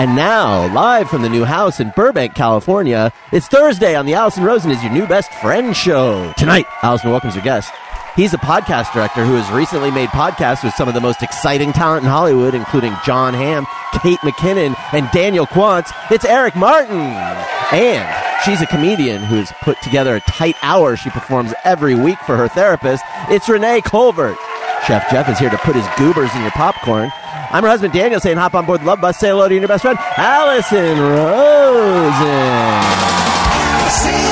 And now, live from the new house in Burbank, California, it's Thursday on the Allison Rosen is your new best friend show. Tonight, Allison welcomes her guest. He's a podcast director who has recently made podcasts with some of the most exciting talent in Hollywood, including John Hamm, Kate McKinnon, and Daniel Quantz. It's Eric Martin. And she's a comedian who has put together a tight hour she performs every week for her therapist. It's Renee Colbert. Chef Jeff is here to put his goobers in your popcorn. I'm her husband Daniel saying hop on board the love bus, say hello to your best friend, Allison Rosen.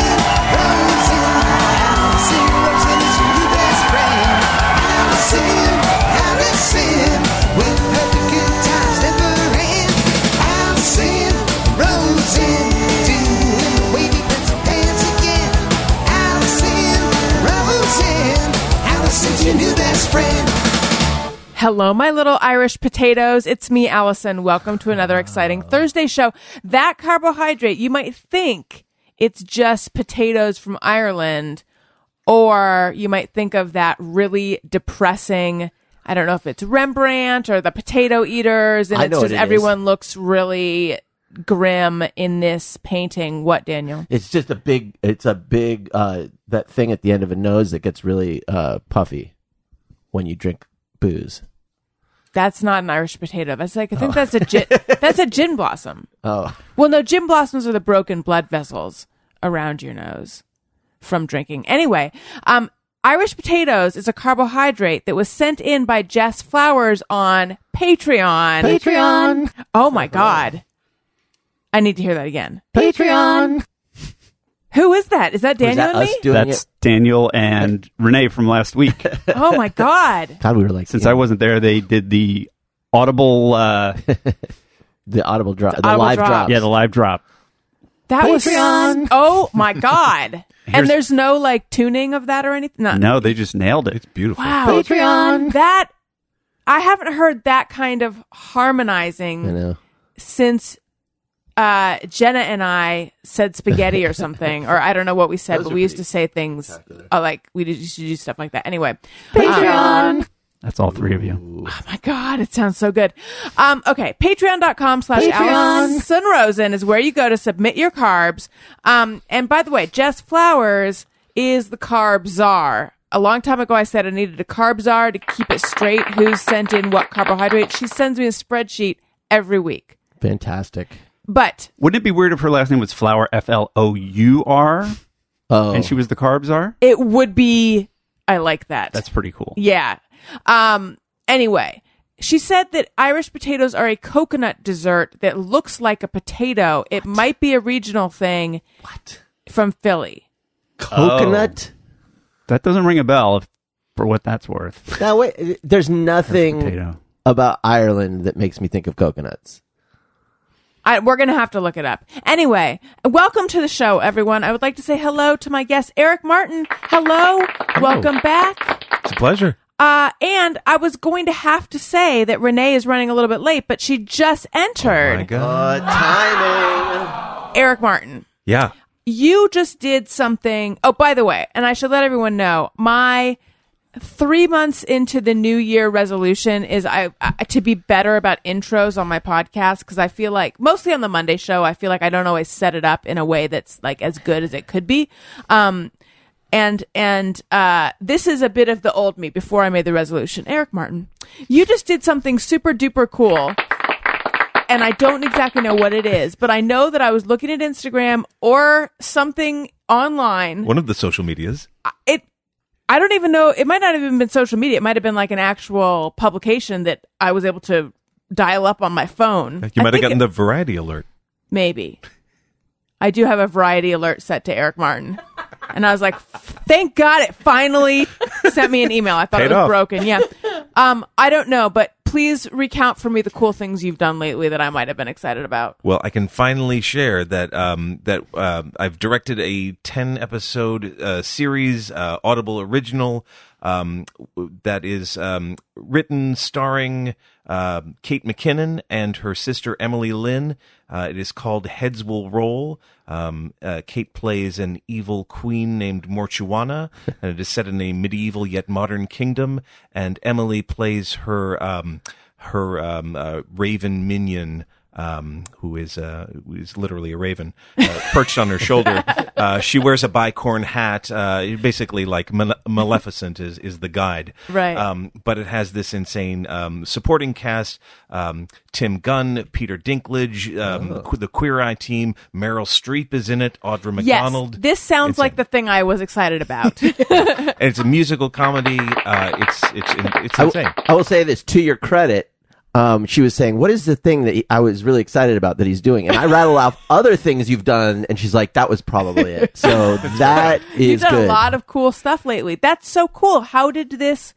Your new best friend. Hello, my little Irish potatoes. It's me, Allison. Welcome to another exciting Thursday show. That carbohydrate, you might think it's just potatoes from Ireland, or you might think of that really depressing. I don't know if it's Rembrandt or the potato eaters, and I it's know just what it is. everyone looks really grim in this painting. What, Daniel? It's just a big, it's a big, uh, that thing at the end of a nose that gets really uh, puffy when you drink booze. That's not an Irish potato. That's like I think that's a gin, that's a gin blossom. Oh, Well, no, gin blossoms are the broken blood vessels around your nose from drinking. Anyway, um, Irish potatoes is a carbohydrate that was sent in by Jess Flowers on Patreon. Patreon. Oh my God. I need to hear that again. Patreon. Who is that? Is that Was Daniel that and us me? doing That's it? Daniel and Renee from last week. oh my God. God, we were like, Since yeah, I wasn't there, they did the audible, uh, the audible drop, the, audible live drop. drop. yeah, the live drop. That Patreon. was. Oh my God. and Here's- there's no like tuning of that or anything? No. No, they just nailed it. It's beautiful. Wow. Patreon. That. I haven't heard that kind of harmonizing. I know. since uh, Jenna and I said spaghetti or something, or I don't know what we said, but we used to say things uh, like we did- used to do stuff like that. Anyway, Patreon. That's all three of you. oh my god, it sounds so good. Um, okay, Patreon.com slash Allison Rosen is where you go to submit your carbs. Um, and by the way, Jess Flowers is the carb czar. A long time ago, I said I needed a carb czar to keep it straight. Who sent in what carbohydrate? She sends me a spreadsheet every week. Fantastic. But Wouldn't it be weird if her last name was Flower, F L O U R, Oh, and she was the carbs are? it would be i like that That's pretty cool. yeah um anyway she said that irish potatoes are a coconut dessert that looks like a potato it might be a regional thing what from philly coconut. Oh. That doesn't ring a bell if, for what that's worth. Now wait, there's nothing Potato. about Ireland that makes me think of coconuts. I, we're gonna have to look it up anyway welcome to the show everyone i would like to say hello to my guest eric martin hello welcome back It's a pleasure. Uh, and I was going to have to say that Renee is running a little bit late, but she just Oh My entered God. timing. Eric Martin. Yeah. you just did something. Oh, by the way, and I should let everyone know my three months into the new year resolution is I, I to be better about intros on my podcast because I feel like mostly on the Monday show I feel like I don't always set it up in a way that's like as good as it could be. Um, and and uh, this is a bit of the old me before I made the resolution. Eric Martin, you just did something super duper cool and I don't exactly know what it is, but I know that I was looking at Instagram or something online. One of the social medias. It, I don't even know. It might not have even been social media. It might have been like an actual publication that I was able to dial up on my phone. I You might have think gotten it- the variety alert. maybe. I do have a variety alert set to Eric Martin. And I was like, thank God it finally sent me an email. I thought it Paid was off. broken. Yeah. Um, I don't know, but please recount for me the cool things you've done lately that I might have been excited about. Well, I can finally share that um, that um I've directed a ten episode uh, series, uh, Audible original, um, w- that is um, written, starring um Kate McKinnon and her sister Emily Lynn. Uh, it is called Heads Will Roll. Um, uh, Kate plays an evil queen named Mortuana, and it is set in a medieval yet modern kingdom. And Emily plays her um, her um, uh, raven minion um, who is uh, who is literally a raven uh, perched on her shoulder. Uh, she wears a bicorn hat, uh, basically like Male- Maleficent is is the guide, Right. Um, but it has this insane um, supporting cast: um, Tim Gunn, Peter Dinklage, um, Oh. que- the Queer Eye team. Meryl Streep is in it. Audra McDonald. Yes, this sounds It's like the thing I was excited about. and it's a musical comedy. Uh, it's it's it's I w- insane. I will say this to your credit. Um, she was saying, "What is the thing that he- I was really excited about that he's doing?" And I rattle off other things you've done, and she's like, "That was probably it." So that You've is done good. a lot of cool stuff lately. That's so cool. How did this?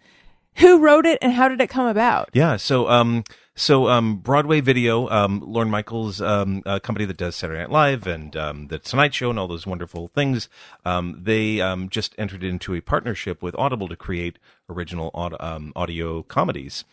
Who wrote it and how did it come about? Yeah. So, um, so um, Broadway Video, um, Lorne Michaels' um, uh, company that does Saturday Night Live and um, the Tonight Show and all those wonderful things, um, they um, just entered into a partnership with Audible to create original aud- um, audio comedies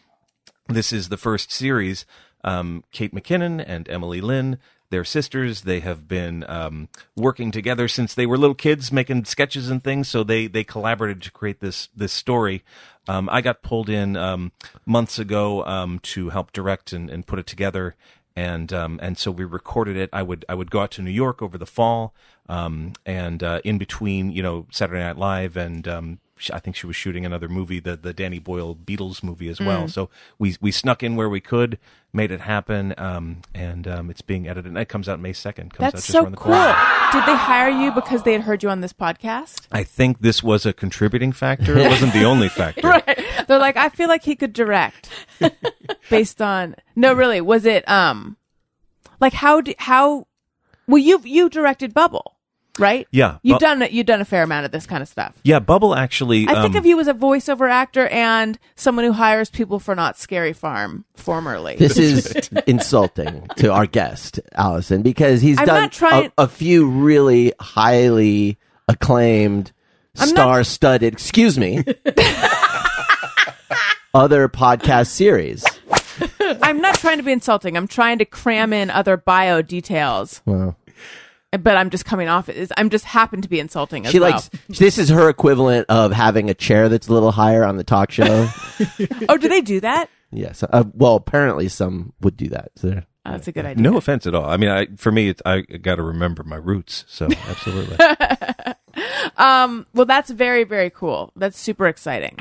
this is the first series. Um, Kate McKinnon and Emily Lynn, they're sisters. They have been um, working together since they were little kids, making sketches and things. So they they collaborated to create this this story. Um, I got pulled in um, months ago um, to help direct and, and put it together. And um, and so we recorded it. I would I would go out to New York over the fall, um, and uh, in between, you know, Saturday Night Live and um, sh- I think she was shooting another movie, the the Danny Boyle Beatles movie as Mm. well. So we we snuck in where we could, made it happen, um, and um, it's being edited. And it comes out May second. Comes out That's just so around the cool. corner. Did they hire you because they had heard you on this podcast? I think this was a contributing factor. It wasn't the only factor. They're like, I feel like he could direct based on No, really. Was it um like how do, how well you you directed Bubble, right? Yeah, You've Bu- done it you've done a fair amount of this kind of stuff. Yeah, Bubble actually. I think um, of you as a voiceover actor and someone who hires people for not scary farm formerly. This is insulting to our guest, Allison, because he's I'm done not trying- a, a few really highly acclaimed, not- star studded, excuse me, other podcast series. I'm not trying to be insulting. I'm trying to cram in other bio details. But I'm just coming off it. I'm just happen to be insulting as She well. likes, this is her equivalent of having a chair that's a little higher on the talk show. oh, do they do that? yes. Uh, well, apparently some would do that. So they're- Oh, that's a good idea. no offense at all. I mean, I, for me, it's, I got to remember my roots. So absolutely. Well, that's very, very cool. That's super exciting.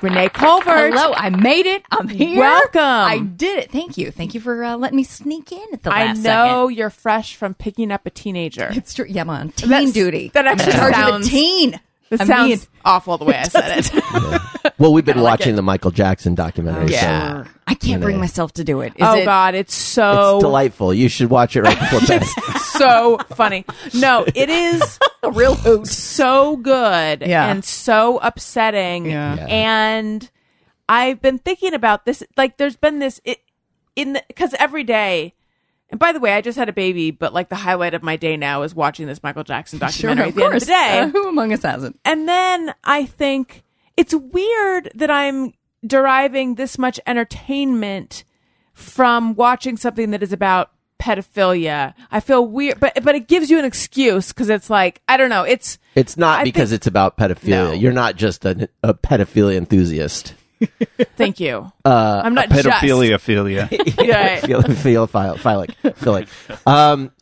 Renee Colvert. Hello, I made it. I'm here. Welcome. I did it. Thank you. Thank you for uh, letting me sneak in at the I last know second. you're fresh from picking up a teenager. It's true. Yeah, I'm on teen That's- duty. that I'm in actually charge of sounds- a teen. This I'm sounds mean. awful the way I said it. well, we've been watching the Michael Jackson documentary. so Oh, Yeah. I can't bring myself to do it. Is oh it God, it's so It's delightful. You should watch it right before bed. so funny. No, it is a real hoot? so good Yeah. and so upsetting. Yeah. Yeah. And I've been thinking about this. Like, there's been this it, in because every day. And by the way, I just had a baby, but like the highlight of my day now is watching this Michael Jackson Sure, documentary of at the end of course. the day. Uh, who among us hasn't? And then I think it's weird that I'm deriving this much entertainment from watching something that is about pedophilia. I feel weird, but but it gives you an excuse because it's like I don't know. It's It's not I because think- it's about pedophilia. No. You're not just a, a pedophilia enthusiast. thank you. Uh, I'm not just- Pedophilia, philia. Yeah. Pedophilic. Philic. Um,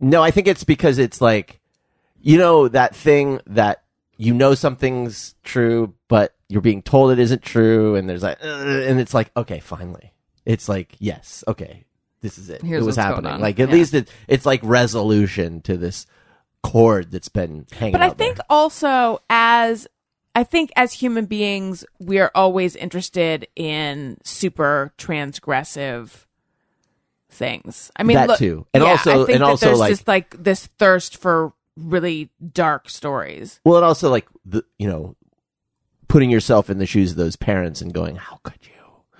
no, I think it's because it's like, you know, that thing that you know something's true, but you're being told it isn't true, and there's like, "Ugh," and it's like, okay, finally, it's like, yes, okay, this is it. Here's it was what's going happening. on. Like at Yeah. least it, it's like resolution to this cord that's been hanging. But I out there. think also as I think as human beings, we are always interested in super transgressive things. I mean, That look- too. And yeah, also- I think and that also, there's like- just like this thirst for really dark stories. Well, and also like the you know, putting yourself in the shoes of those parents and going, how could you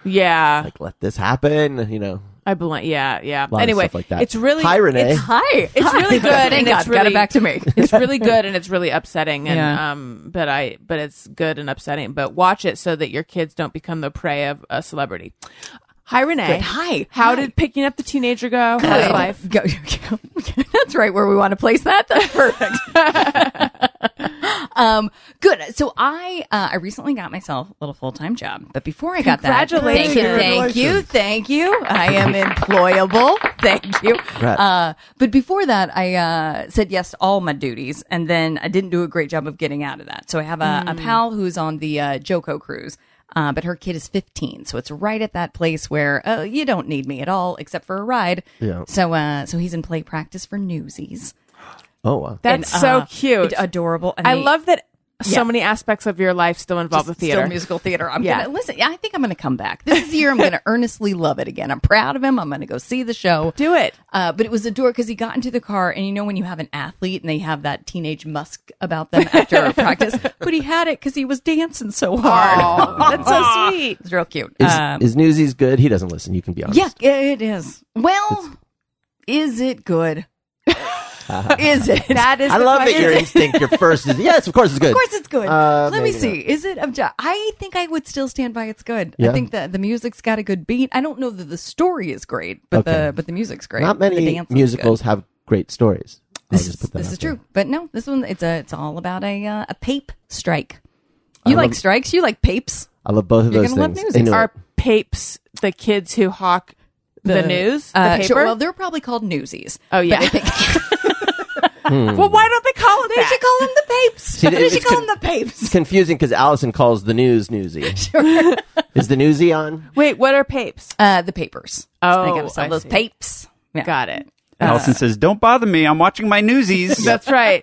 Yeah, like let this happen? You know, I believe. Yeah, yeah. lot of anyway, stuff like that. it's really Hi, Renee. It's, Hi. it's really good. Thank and God. it's really, Got it back to me. it's really good and it's really upsetting and Yeah. um but i but it's good and upsetting but watch it so that your kids don't become the prey of a celebrity hi renee Good. Hi. how Hi. did picking up the teenager go how's life Go, go- That's right where we want to place that. That's perfect. Um, good. So I uh, I recently got myself a little full time job, but before I got that, Congratulations. thank you, thank you, thank you. I am employable. Thank you. Congrats. Uh, but before that, I uh, said yes to all my duties, and then I didn't do a great job of getting out of that. So I have a, a pal who's on the uh, Joco cruise. Uh, but her kid is 15, so it's right at that place where uh, you don't need me at all, except for a ride. Yeah. So, uh, so he's in play practice for Newsies. Oh wow. That's And, so uh, cute. ad- adorable. And I they- love that so Yeah. many aspects of your life still involve the theater. Still musical theater. I'm Yeah. gonna listen. I think I'm gonna come back. This is the year I'm gonna earnestly love it again. I'm proud of him. I'm gonna go see the show. Do it. Uh, but it was adorable because he got into the car, and you know when you have an athlete and they have that teenage musk about them after practice, but he had it because he was dancing so hard. That's so sweet. It's real cute. Is, Um, is Newsies good? He doesn't listen. You can be honest. yeah, it is. Well, is it good? is it? That is. I the love that question. your instinct, your first is yes, of course it's good. Of course, it's good. Uh, Let me maybe see. Is it? obje- I think I would still stand by. It's good. Yeah. I think that the music's got a good beat. I don't know that the story is great, but Okay. the but the music's great. Not The many dance is musicals good. have great stories. I'll This, just is, put that this out is there. true. But no, this one it's a it's all about a uh, a pape strike. You like strikes? You like papes? I love both of You're those gonna love things. Newsies. I knew it. Are papes the kids who hawk the, news? The Uh, paper? sure. Well, they're probably called newsies. oh, yeah. But I think- Mm. well, why don't they call it they that? should call them the papes. they it's should call con- them the papes. It's confusing because Allison calls the news newsy. Is the newsy on? Wait, what are papes? Uh, the papers. Oh, they gotta sell I those see. papes. Yeah. Got it. Uh. Allison says, "Don't bother me. I'm watching my newsies." That's right.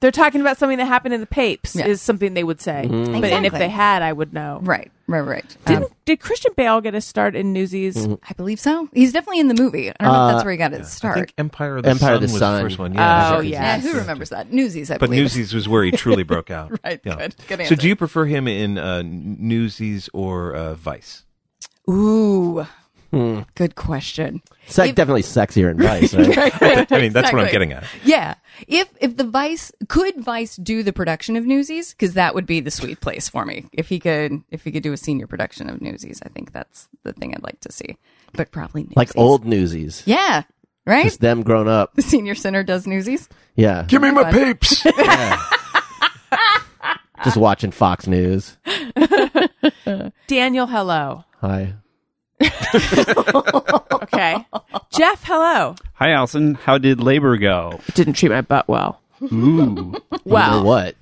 They're talking about something that happened in the papes Yeah. is something they would say. Mm. But and if Exactly. they had, I would know. Right. Right. Right. Um, Didn't did Christian Bale get a start in Newsies? Mm-hmm. I believe so. He's definitely in the movie. I don't know Uh, if that's where he got his I start. think Empire of the Empire Sun of the was Sun. the first one. Yeah, Oh, Sure. yeah. yeah, who remembers that? Newsies, I But believe. Newsies was where he truly broke out. Right, good. Good so, answer. do you prefer him in uh, Newsies or uh, Vice? Ooh, Hmm. good question. Sex, If- definitely sexier in Vice, right? I mean, that's what I'm Exactly. getting at. Yeah, if if the Vice could Vice do the production of Newsies, because that would be the sweet place for me. If he could, if he could do a senior production of Newsies, I think that's the thing I'd like to see. But probably Newsies. like old newsies. yeah, right. Just them grown up. the senior center does Newsies. Yeah. Give me my papes. Just watching Fox News. Daniel, hello. Hi. Okay. Jeff, hello. Hi, Allison. How did labor go? It didn't treat my butt well. Ooh, Wonder Well, what?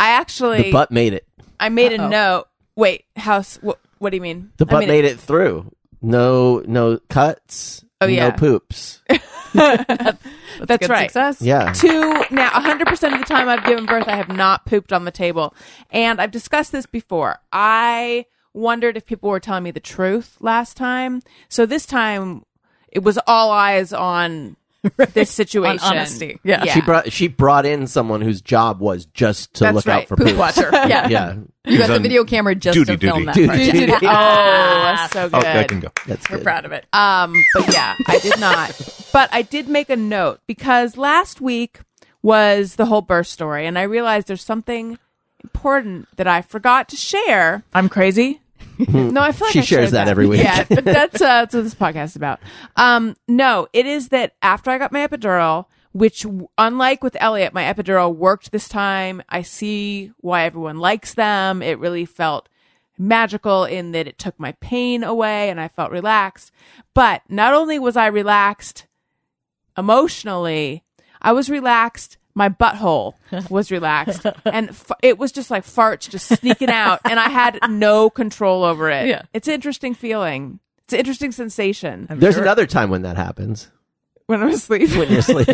I actually The butt made it. I made Uh-oh. a note. Wait, house. What, what do you mean? The butt I mean, made it through. No, no cuts. Oh, yeah. No poops. That's, good right. Success. Yeah. Two now, 100 percent of the time I've given birth, I have not pooped on the table, and I've discussed this before. I wondered if people were telling me the truth last time, so this time it was all eyes on this situation. honesty. Yeah. She brought she brought in someone whose job was just to That's look out right. for Poop poops. watcher. Yeah. Yeah. You got the on video camera just duty to film duty. that. part. Duty duty. oh, that's so oh, good. I can go. That's We're good. proud of it. Um, but yeah, I did not. But I did make a note because last week was the whole birth story, and I realized there's something important that I forgot to share. I'm crazy. no, I feel like She I shares shared that every week. Yeah, but that's uh, that's what this podcast is about. Um, no, it is that after I got my epidural, which w- unlike with Elliot, my epidural worked this time. I see why everyone likes them. It really felt magical in that it took my pain away and I felt relaxed. But not only was I relaxed emotionally, I was relaxed. My butthole was relaxed, and f- it was just like farts just sneaking out, and I had no control over it. Yeah. It's an interesting feeling. It's an interesting sensation There's another time when that happens. when I'm asleep. When you're asleep.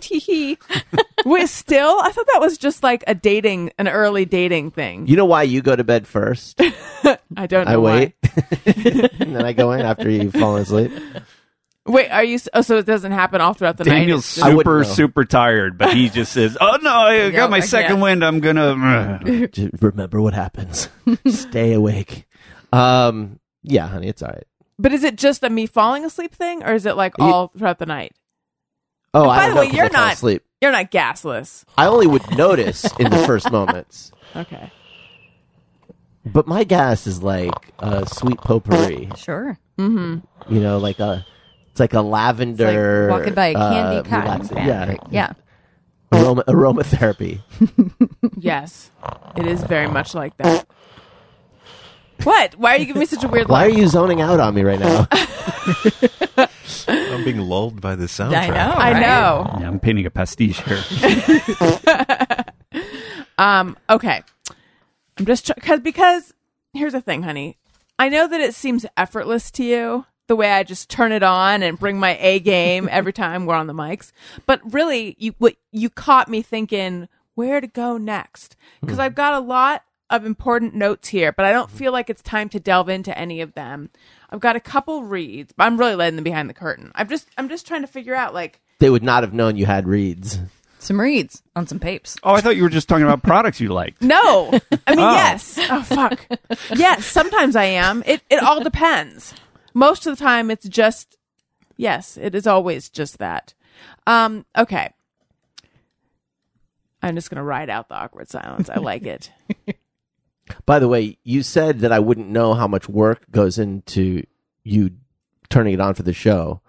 Tee-hee. Wait, still? I thought that was just like a dating, an early dating thing. You know why you go to bed first? I don't know. I why. wait. and then I go in after you've fallen asleep. Wait, are you? s- Oh, so it doesn't happen all throughout the night. Daniel's It's just- I wouldn't know. super super tired, but he just says, "Oh no, I got my I second can't. wind. I'm gonna." Just remember what happens. Stay awake. Um, yeah, honey, it's all right. But is it just a me falling asleep thing, or is it like all throughout the night? Oh, by I don't the know way, 'cause I you're fall not- asleep. You're not gasless. I only would notice in the first moments, Okay. but my gas is like a sweet potpourri. Sure. You know, like a it's like a It's lavender. like walking by a candy uh, cotton relaxing- factory. Yeah, Yeah. Aroma, aromatherapy. Yes, it is very much like that. What? Why are you giving me such a weird Why are look? you zoning out on me right now? I'm being lulled by the soundtrack. I know. I right? know. Yeah, I'm painting a pastiche here. Okay, I'm just because because here's the thing, honey. I know that it seems effortless to you the way I just turn it on and bring my A game every time we're on the mics, but really, you what you caught me thinking where to go next because I've got a lot of important notes here, but I don't feel like it's time to delve into any of them. I've got a couple reads, but I'm really letting them behind the curtain. I'm just I'm just trying to figure out like they would not have known you had reads. Some reads on some papes. Oh, I thought you were just talking about products you liked. No. I mean, yes. Oh, fuck. yes, sometimes I am. It, it all depends. Most of the time, it's just, yes, it is always just that. Um, okay. I'm just going to ride out the awkward silence. I like it. By the way, you said that I wouldn't know how much work goes into you turning it on for the show.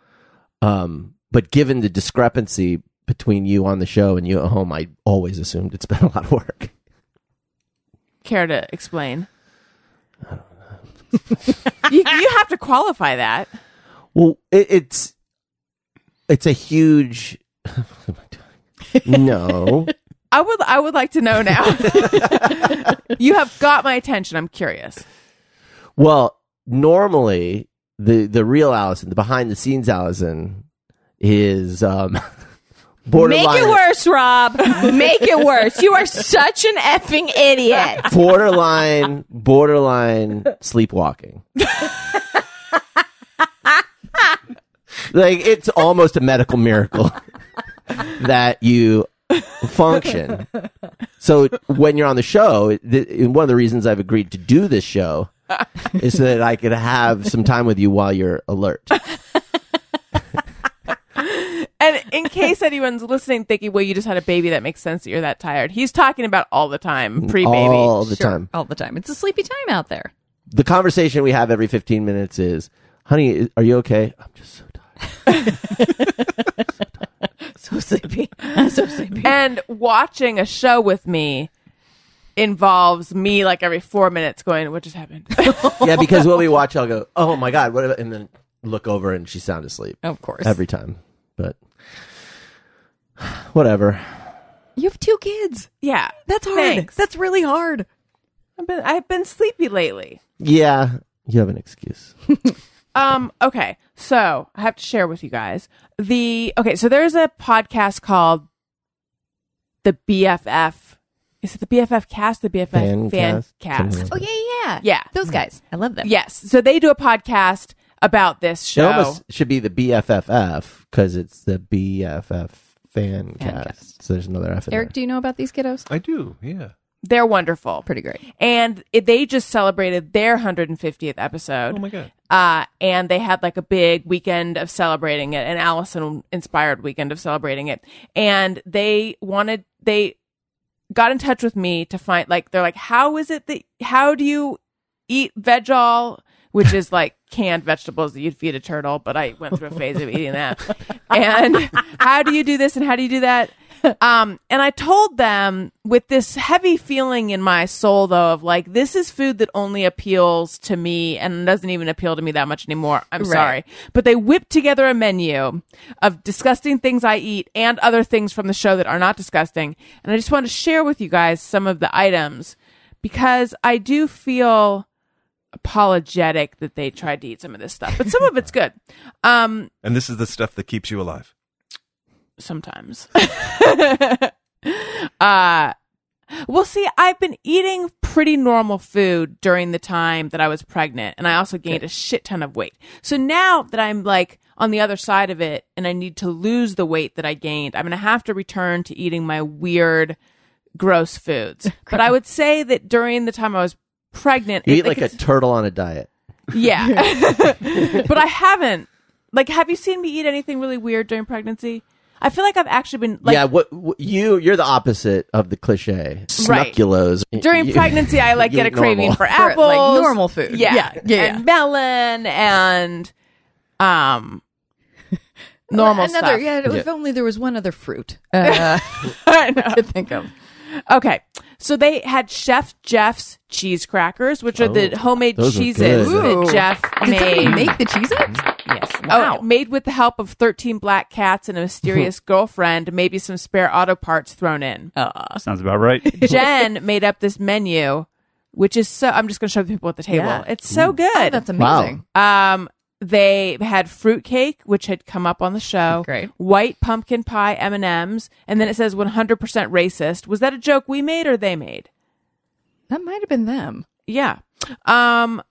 Um, but given the discrepancy between you on the show and you at home, I always assumed it's been a lot of work. Care to explain? you, you have to qualify that. Well, it, it's it's a huge. no, I would I would like to know now. you have got my attention. I'm curious. Well, normally the the real Allison, the behind the scenes Allison, is um borderline Make it worse, Rob. Make it worse. You are such an effing idiot. borderline borderline sleepwalking. like it's almost a medical miracle that you function. So when you're on the show, th- one of the reasons I've agreed to do this show is so that I could have some time with you while you're alert. And in case anyone's listening, thinking, "Well, you just had a baby. That makes sense that you're that tired." He's talking about all the time, pre-baby. all the time. All the time. It's a sleepy time out there. The conversation we have every 15 minutes is, "Honey, i- are you okay?" I'm just so tired. So sleepy. I'm so sleepy. And watching a show with me involves me like every four minutes going, "What just happened?" yeah, because when we watch, I'll go, "Oh my god, what?" About, and then look over, and she's sound asleep Of course. every time. But whatever. you have two kids. yeah, That's hard. Thanks. That's really hard. I've been I've been sleepy lately. Yeah, you have an excuse. Um, okay. So I have to share with you guys the okay, so there's a podcast called the BFF. Is it the BFF cast? The BFF fan, Fan cast? cast. Something like Oh yeah, yeah, Yeah. Those Mm-hmm. guys. I love them. Yes. So they do a podcast about this It show. almost should be the BFFF because it's the BFF fan cast. cast. So there's another F in Eric, do you know about these kiddos? I do. Yeah. They're wonderful. Pretty great. And it, they just celebrated their 150th episode. Oh my god. uh, and they had like a big weekend of celebrating it, an Allison inspired weekend of celebrating it. And they wanted, they got in touch with me to find, like, they're like, how is it that, how do you eat veg all? Which is like canned vegetables that you'd feed a turtle, but I went through a phase of eating that. And how do you do this and how do you do that? Um, and I told them with this heavy feeling in my soul, though, of like, this is food that only appeals to me and doesn't even appeal to me that much anymore. I'm sorry. But they whipped together a menu of disgusting things I eat and other things from the show that are not disgusting. And I just want to share with you guys some of the items because I do feel apologetic that they tried to eat some of this stuff, but some of it's good. Um, And this is the stuff that keeps you alive. sometimes. uh well see, I've been eating pretty normal food during the time that I was pregnant and I also gained a shit ton of weight. So now that I'm like on the other side of it and I need to lose the weight that I gained, I'm going to have to return to eating my weird gross foods. but I would say that during the time I was pregnant, You it- eat like a it's- turtle on a diet. yeah. but I haven't. Like, have you seen me eat anything really weird during pregnancy? I feel like I've actually been like yeah, what, what you you're the opposite of the cliche. Right. Snuckulos. during You- pregnancy I like you get a eat normal. craving for like, apples. normal food. Yeah. Yeah, yeah, yeah. And melon and um normal another, stuff. Yeah, if Yeah. only there was one other fruit uh, I know. to think of. Okay. So they had Chef Jeff's cheese crackers, which are the homemade those are cheeses good. that Jeff Did somebody made. make the Oh, cheese its? yes. Wow. made with the help of 13 black cats and a mysterious girlfriend, maybe some spare auto parts thrown in. Sounds about right. Jen made up this menu, which is so. I'm just going to show the people at the table. Yeah. Mm. Oh, It's so good. That's amazing. Wow. Um, they had fruitcake, which had come up on the show. Great. White pumpkin pie M and M's, and then it says 100% racist. Was that a joke we made or they made? That might have been them. Yeah. Um.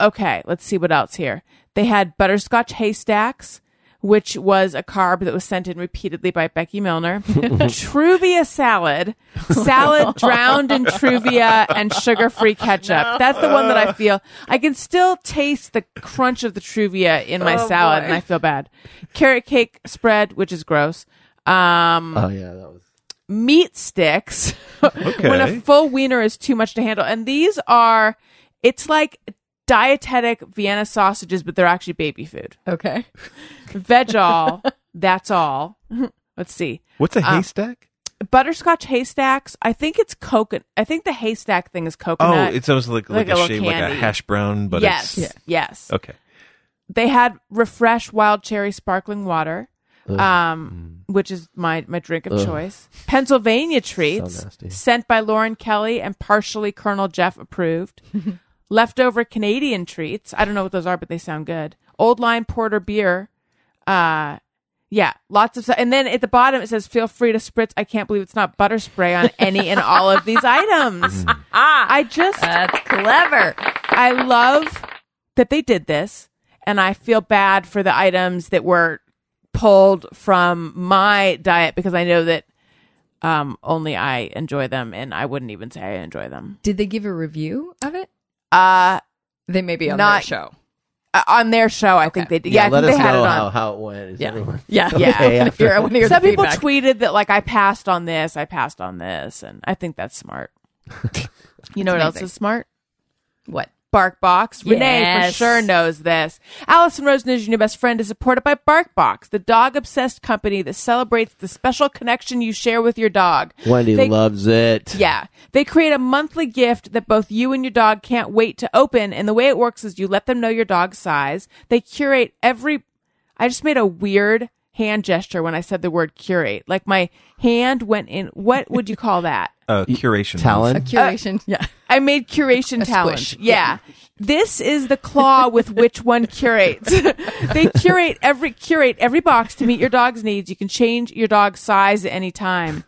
Okay. Let's see what else here. They had butterscotch haystacks. Which was a carb that was sent in repeatedly by Becky Milner. Truvia salad, salad drowned in Truvia and sugar-free ketchup. That's the one that I feel. I can still taste the crunch of the Truvia in my salad, and I feel bad. Carrot cake spread, which is gross. Um, Oh yeah, that was meat sticks when Okay. a full wiener is too much to handle. And these are, it's like dietetic Vienna sausages, but they're actually baby food. Okay. Veg all, that's all. Let's see. What's a haystack? Butterscotch haystacks. I think it's coconut. I think the haystack thing is Oh, coconut. it's almost like like like, a a, little shade, like a candy. hash brown, but yes. it's Yes. okay. They had refresh wild cherry sparkling water. Um, which is my, my drink of choice. Pennsylvania treats nasty. sent by Lauren Kelly and partially Colonel Jeff approved. Leftover Canadian treats. I don't know what those are, but they sound good. Old Line Porter beer. Uh, yeah, lots of stuff. And then at the bottom it says, "Feel free to spritz." I can't believe it's not butter spray on any and all of these items. Ah, I just That's clever. I love that they did this, and I feel bad for the items that were pulled from my diet because I know that um, only I enjoy them, and I wouldn't even say I enjoy them. Did they give a review of it? Uh, They may be on Not- their show. uh, on their show, I think they did. Yeah, I let think us they had know it on. how, how it went. Is everyone- Yeah. Yeah. Okay, I after- want to hear Some the people feedback. tweeted that like I passed on this, I passed on this, and I think that's smart. you know what else amazing. is smart? What? BarkBox. Renee for Yes. sure knows this. Allison Rosen is your new best friend is supported by BarkBox, the dog-obsessed company that celebrates the special connection you share with your dog. Wendy They- loves it. Yeah. They create a monthly gift that both you and your dog can't wait to open. And the way it works is you let them know your dog's size. They curate every. I just made a weird hand gesture when I said the word curate. Like my hand went in. What would you call that? Uh, curation A Talon. curation. Uh, yeah. I made curation squish. talent. Yeah. This is the claw with which one curates. they curate every curate every box to meet your dog's needs. You can change your dog's size at any time.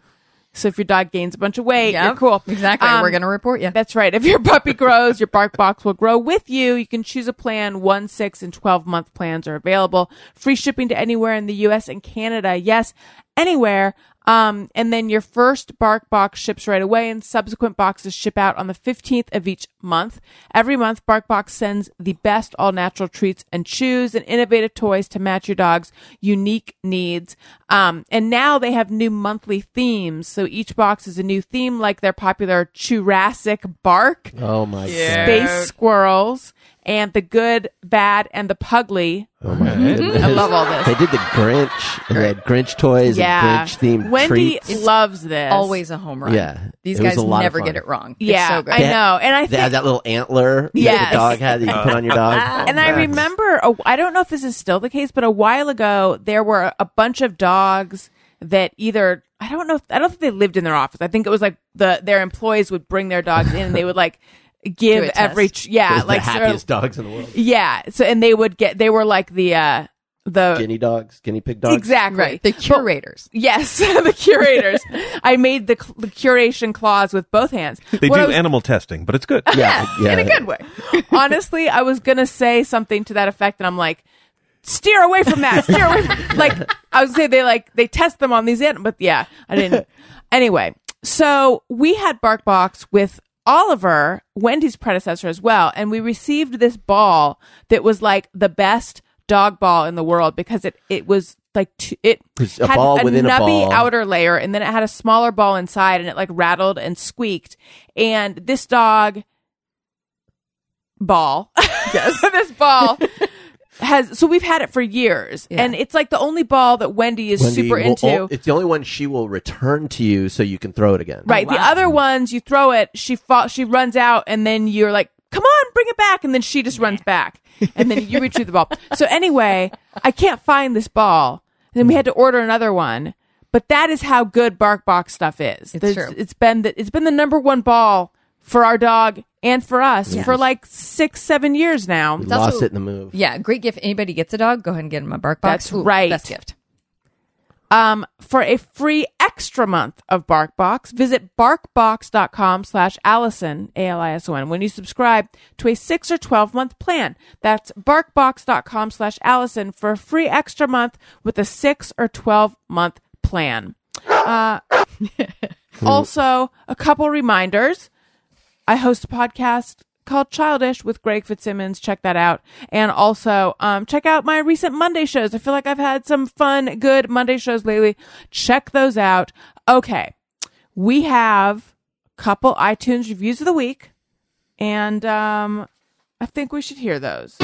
So if your dog gains a bunch of weight, you're cool. Exactly. Um, We're going to report you. that's right. If your puppy grows, your bark box will grow with you. You can choose a plan. One, six, and 12 month plans are available. Free shipping to anywhere in the US and Canada. Yes, anywhere. Um, and then your first bark box ships right away and subsequent boxes ship out on the 15th of each month. Every month, BarkBox sends the best all natural treats and chews and innovative toys to match your dog's unique needs. Um, and now they have new monthly themes. So each box is a new theme, like their popular Jurassic Bark, Oh my Space Squirrels, and the Good, Bad, and the Pugly. god. Oh my goodness. Mm-hmm. I love all this. They did the Grinch. And they had Grinch toys yeah. and Grinch themed Wendy treats. loves this. Always a home run. Yeah. These It was guys a lot of never fun. get it wrong. It's Yeah. so good. I know. And I They think had that little antler that Yes. the dog had that you put on your dog. and I remember, a, I don't know if this is still the case, but a while ago there were a bunch of dogs that either I don't know, if, I don't think they lived in their office. I think it was like the their employees would bring their dogs in and they would like give Do a every test. tr- yeah like like the sort of- happiest dogs in the world. yeah so and they would get they were like the uh the Guinea dogs, guinea pig dogs. exactly Right. The curators. yes the curators I made the, cl- the curation clause with both hands They What I do was- animal testing, but it's good. Yeah, yeah. In a good way. honestly, I was gonna say something to that effect, and I'm like, steer away from that. Steer away. From-. Like I was gonna say they like they test them on these, in- but yeah, I didn't. Anyway, so we had BarkBox with Oliver, Wendy's predecessor as well, and we received this ball that was like the best dog ball in the world because it it was. Like two, it Pres- a had ball a within a nubby ball. outer layer, and then it had a smaller ball inside, and it like rattled and squeaked. And this dog ball. Yes. this ball has so we've had it for years, and it's like the only ball that Wendy is Wendy super will into. al- it's the only one she will return to you so you can throw it again. Right. The other ones, you throw it, she fall, she runs out, and then you're like, "Come on, bring it back!" And then she just runs back, and then you retrieve the ball. So anyway, I can't find this ball. And then we had to order another one. But that is how good BarkBox stuff is. There's- true. It's been the, it's been the number one ball for our dog and for us for like six seven years now. Lost also- it in the move. Yeah, great gift. Anybody gets a dog, go ahead and get him a bark box. That's right. Best gift. Um, for a free extra month of BarkBox, visit BarkBox.com slash Allison, A-L-I-S-O-N, when you subscribe to a 6 or 12-month plan. That's BarkBox.com slash Allison for a free extra month with a 6 or 12-month plan. Uh, also, a couple reminders. I host a podcast called Childish with Greg Fitzsimmons. Check that out. And also, um, check out my recent Monday shows. I feel like I've had some fun, good Monday shows lately. Check those out. Okay. We have a couple iTunes reviews of the week. And, um, I think we should hear those.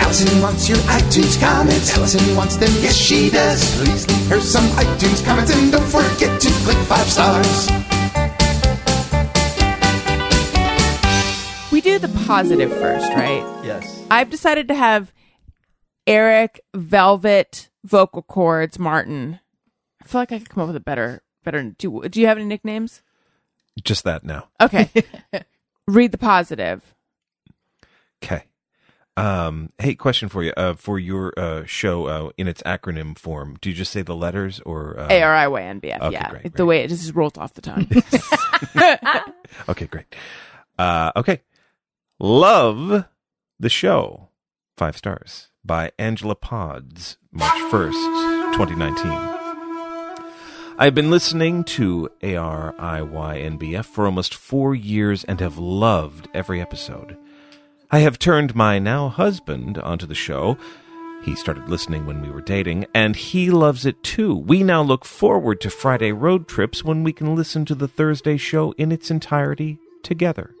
Allison wants your iTunes comments. Allison wants them, yes she does. Please leave her some iTunes comments and don't forget to click five stars. We do the positive first, right? Yes. I've decided to have Eric Velvet vocal cords Martin. I feel like I could come up with a better better do do you have any nicknames? Just that now. Okay. Read the positive. Okay. Um, hey, question for you. Uh, for your uh, show uh, in its acronym form, do you just say the letters or? Uh, A R I Y N B F. okay, yeah. great, the great. way it just rolls off the tongue. Okay, great. Uh, okay. Love the show. Five stars by Angela Pods, March 1st, 2019. I've been listening to ARIYNBF for almost four years and have loved every episode. I have turned my now husband onto the show. He started listening when we were dating, and he loves it too. We now look forward to Friday road trips when we can listen to the Thursday show in its entirety together.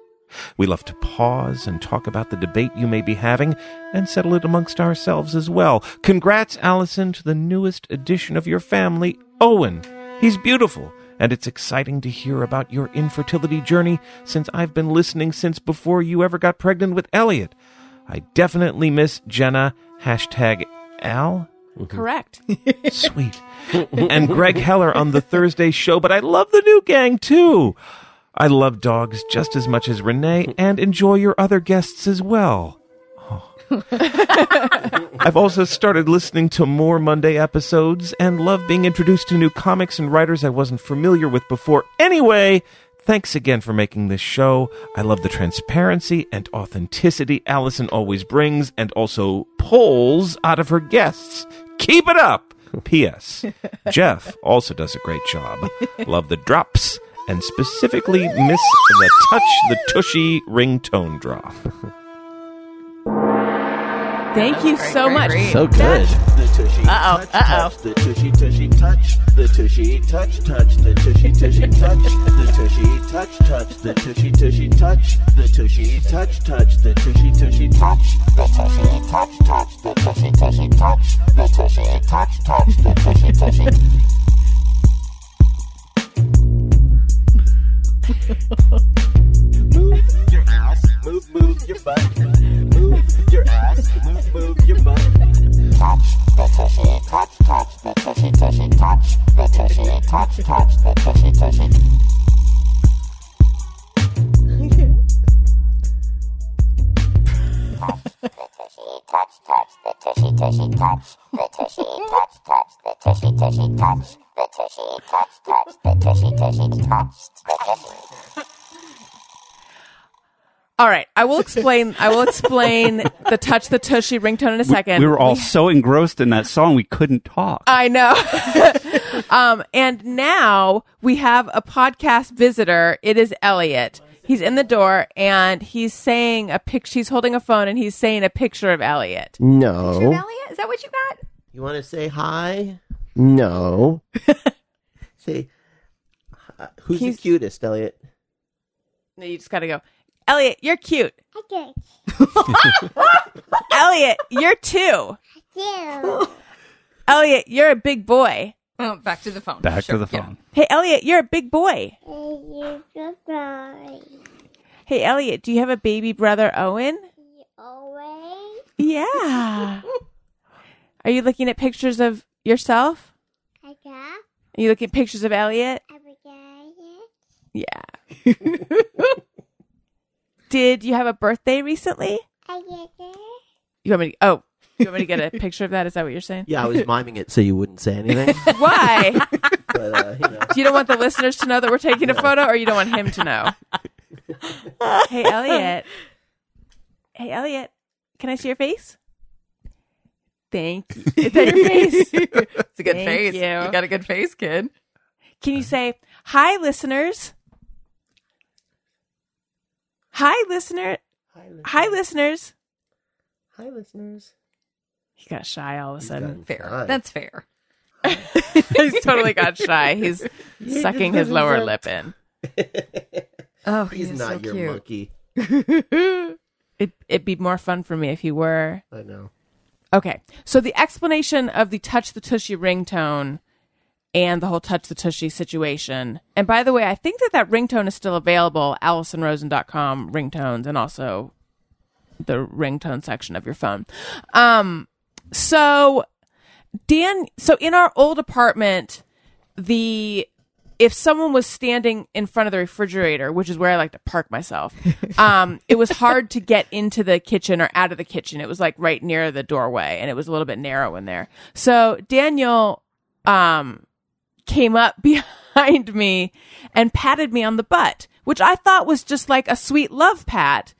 We love to pause and talk about the debate you may be having and settle it amongst ourselves as well. Congrats, Allison, to the newest addition of your family, Owen. He's beautiful, and it's exciting to hear about your infertility journey since I've been listening since before you ever got pregnant with Elliot. I definitely miss Jenna. Hashtag Al. Correct. Sweet. and Greg Heller on the Thursday show, but I love the new gang too. I love dogs just as much as Renee and enjoy your other guests as well. Oh. I've also started listening to more Monday episodes and love being introduced to new comics and writers I wasn't familiar with before. Anyway, thanks again for making this show. I love the transparency and authenticity Allison always brings and also pulls out of her guests. Keep it up! P.S. Jeff also does a great job. Love the drops and specifically miss the touch the tushy ringtone drop. Thank you so much. So good. the tushy uh-oh, touch, uh-oh. touch the tushy tushy touch the tushy touch touch the tushy tushy touch the tushy touch touch the tushy tushy touch the tushy touch touch the tushy tushy touch the tushy touch touch the tushy tushy touch the tushy touch touch the tushy tushy Move your ass, move, move your butt. Move your ass, move, move your butt. Touch the tushy, touch, touch the tushy, tushy, touch the tushy, touch, touch the tushy, tushy. Touch, touch the tushy, tushy, touch the tushy, touch, touch the tushy, tushy, touch the tushy, touch, touch the tushy, tushy, touch the tushy. All right. I will explain I will explain the touch the tushy ringtone in a second. We were all so engrossed in that song we couldn't talk. I know. um, and now we have a podcast visitor. It is Elliot. He's in the door and he's saying a pic. He's holding a phone and he's saying a picture of Elliot. No. Elliot, is that what you got? You want to say hi? No. Say, uh, who's He's- the cutest, Elliot? No, You just got to go. Elliot, you're cute. Okay. Elliot, you're two. do. Elliot, you're a big boy. Oh, back to the phone. Back Sure, to the yeah. phone. Hey, Elliot, you're a big boy. And you goodbye. Hey, Elliot, do you have a baby brother, Owen? Always. Yeah. Are you looking at pictures of yourself? I got Are you looking at pictures of Elliot? Abigail. Yeah. Did you have a birthday recently? I get it. You want me to, oh, you want me to get a picture of that? Is that what you're saying? Yeah, I was miming it so you wouldn't say anything. Why? but, uh, you know. you don't want the listeners to know that we're taking a photo or you don't want him to know? hey, Elliot. Hey, Elliot. Can I see your face? Thank you. Is that your face? It's a good Thank face. you. you got a good face, kid. Can you say, hi, listeners? Hi, listener. Hi, listeners. Hi, listeners. He got shy all of a sudden. Fair. Hi. That's fair. He's totally got shy. He's sucking his lower lip in. Oh, He's he's not so your cute. monkey. It, it'd be more fun for me if he were. I know. Okay. So the explanation of the touch the tushy ringtone and the whole touch the tushy situation. And by the way, I think that that ringtone is still available, AllisonRosen.com ringtones and also the ringtone section of your phone. Um so Dan so in our old apartment the if someone was standing in front of the refrigerator, which is where I like to park myself, um, it was hard to get into the kitchen or out of the kitchen. It was like right near the doorway and it was a little bit narrow in there. So Daniel um, came up behind me and patted me on the butt, which I thought was just like a sweet love pat.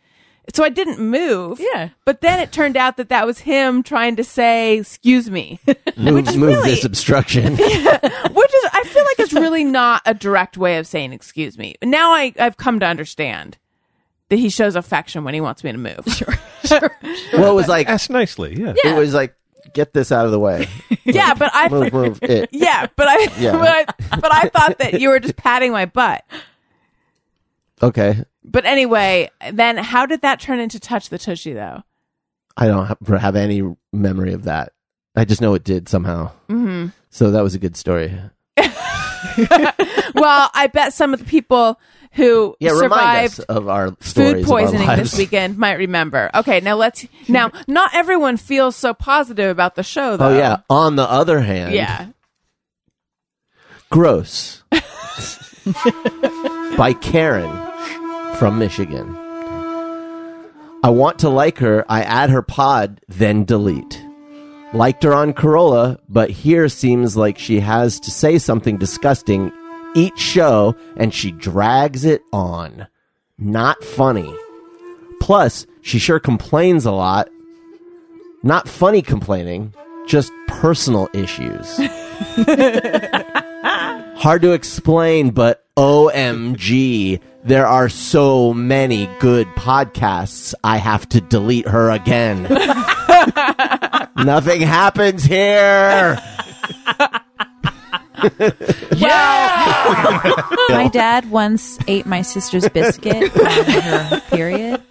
So I didn't move. Yeah. But then it turned out that that was him trying to say, excuse me. Move, move really- this obstruction. which is I feel like it's really not a direct way of saying excuse me. Now I I've come to understand that he shows affection when he wants me to move. Sure. well, it was like Ask nicely. Yeah. it was like get this out of the way. yeah, but I Move, move it. yeah, but I, Yeah. but I but I thought that you were just patting my butt. Okay, But anyway, then how did that turn into touch the tushy though? I don't ha- have any memory of that. I just know it did somehow. Mm-hmm. So that was a good story. Well, I bet some of the people who Yeah, remind us survived of our stories food of our poisoning lives. this weekend might remember. Okay, now let's now not everyone feels so positive about the show though. Oh yeah. On the other hand, Yeah. gross by Karen from Michigan. I want to like her. I add her pod, then delete. Liked her on Corolla, but here seems like she has to say something disgusting each show and she drags it on. Not funny. Plus, she sure complains a lot. Not funny complaining, just personal issues. Hard to explain, but OMG, there are so many good podcasts. I have to delete her again. Nothing happens here. My dad once ate my sister's biscuit on her period.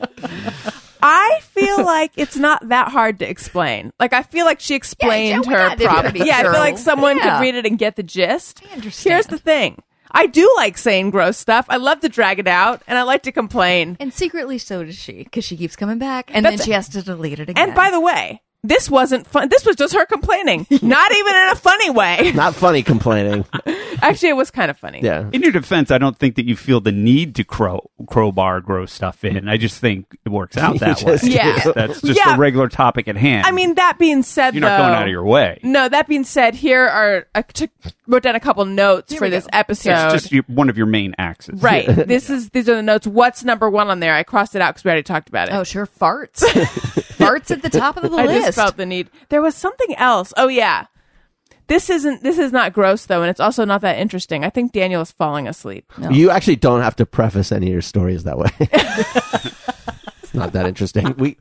I feel like it's not that hard to explain. Like I feel like she explained we're her not being problem. Yeah, I feel thorough. like someone Yeah. could read it and get the gist. understand. Here's the thing. I do like saying gross stuff. I love to drag it out and I like to complain. And secretly, so does she, because she keeps coming back, and then she has to delete it again. And by the way, this wasn't fun. This was just her complaining. Not even in a funny way. Not funny complaining. Actually, it was kind of funny. Yeah. In your defense, I don't think that you feel the need to crow, crowbar grow stuff in. I just think it works out that way. just do. Yeah. That's just Yeah. the regular topic at hand. I mean, that being said, you're not though, going out of your way. No, that being said, here are I took, wrote down a couple notes for this episode. It's just your, one of your main axes. Right. This is these are the notes. What's number one on there? I crossed it out because we already talked about it. oh, sure, farts, farts at the top of the I list. just felt the need. There was something else. Oh yeah, this isn't. This is not gross though, and it's also not that interesting. I think Daniel is falling asleep. You actually don't have to preface any of your stories that way. it's not that interesting. We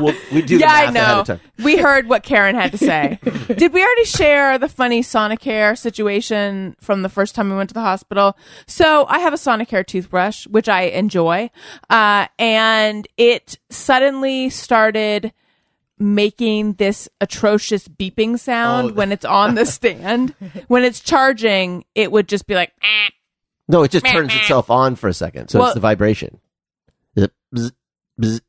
we'll, we do yeah, I the math ahead know. of time. We heard what Karen had to say. Did we already share the funny Sonicare situation from the first time we went to the hospital? So I have a Sonicare toothbrush, which I enjoy, uh, and it suddenly started making this atrocious beeping sound Oh. when it's on the stand. when it's charging, it would just be like, "Ah." No, it just turns itself on for a second, so Well- it's the vibration. Zip, bzz, bzz.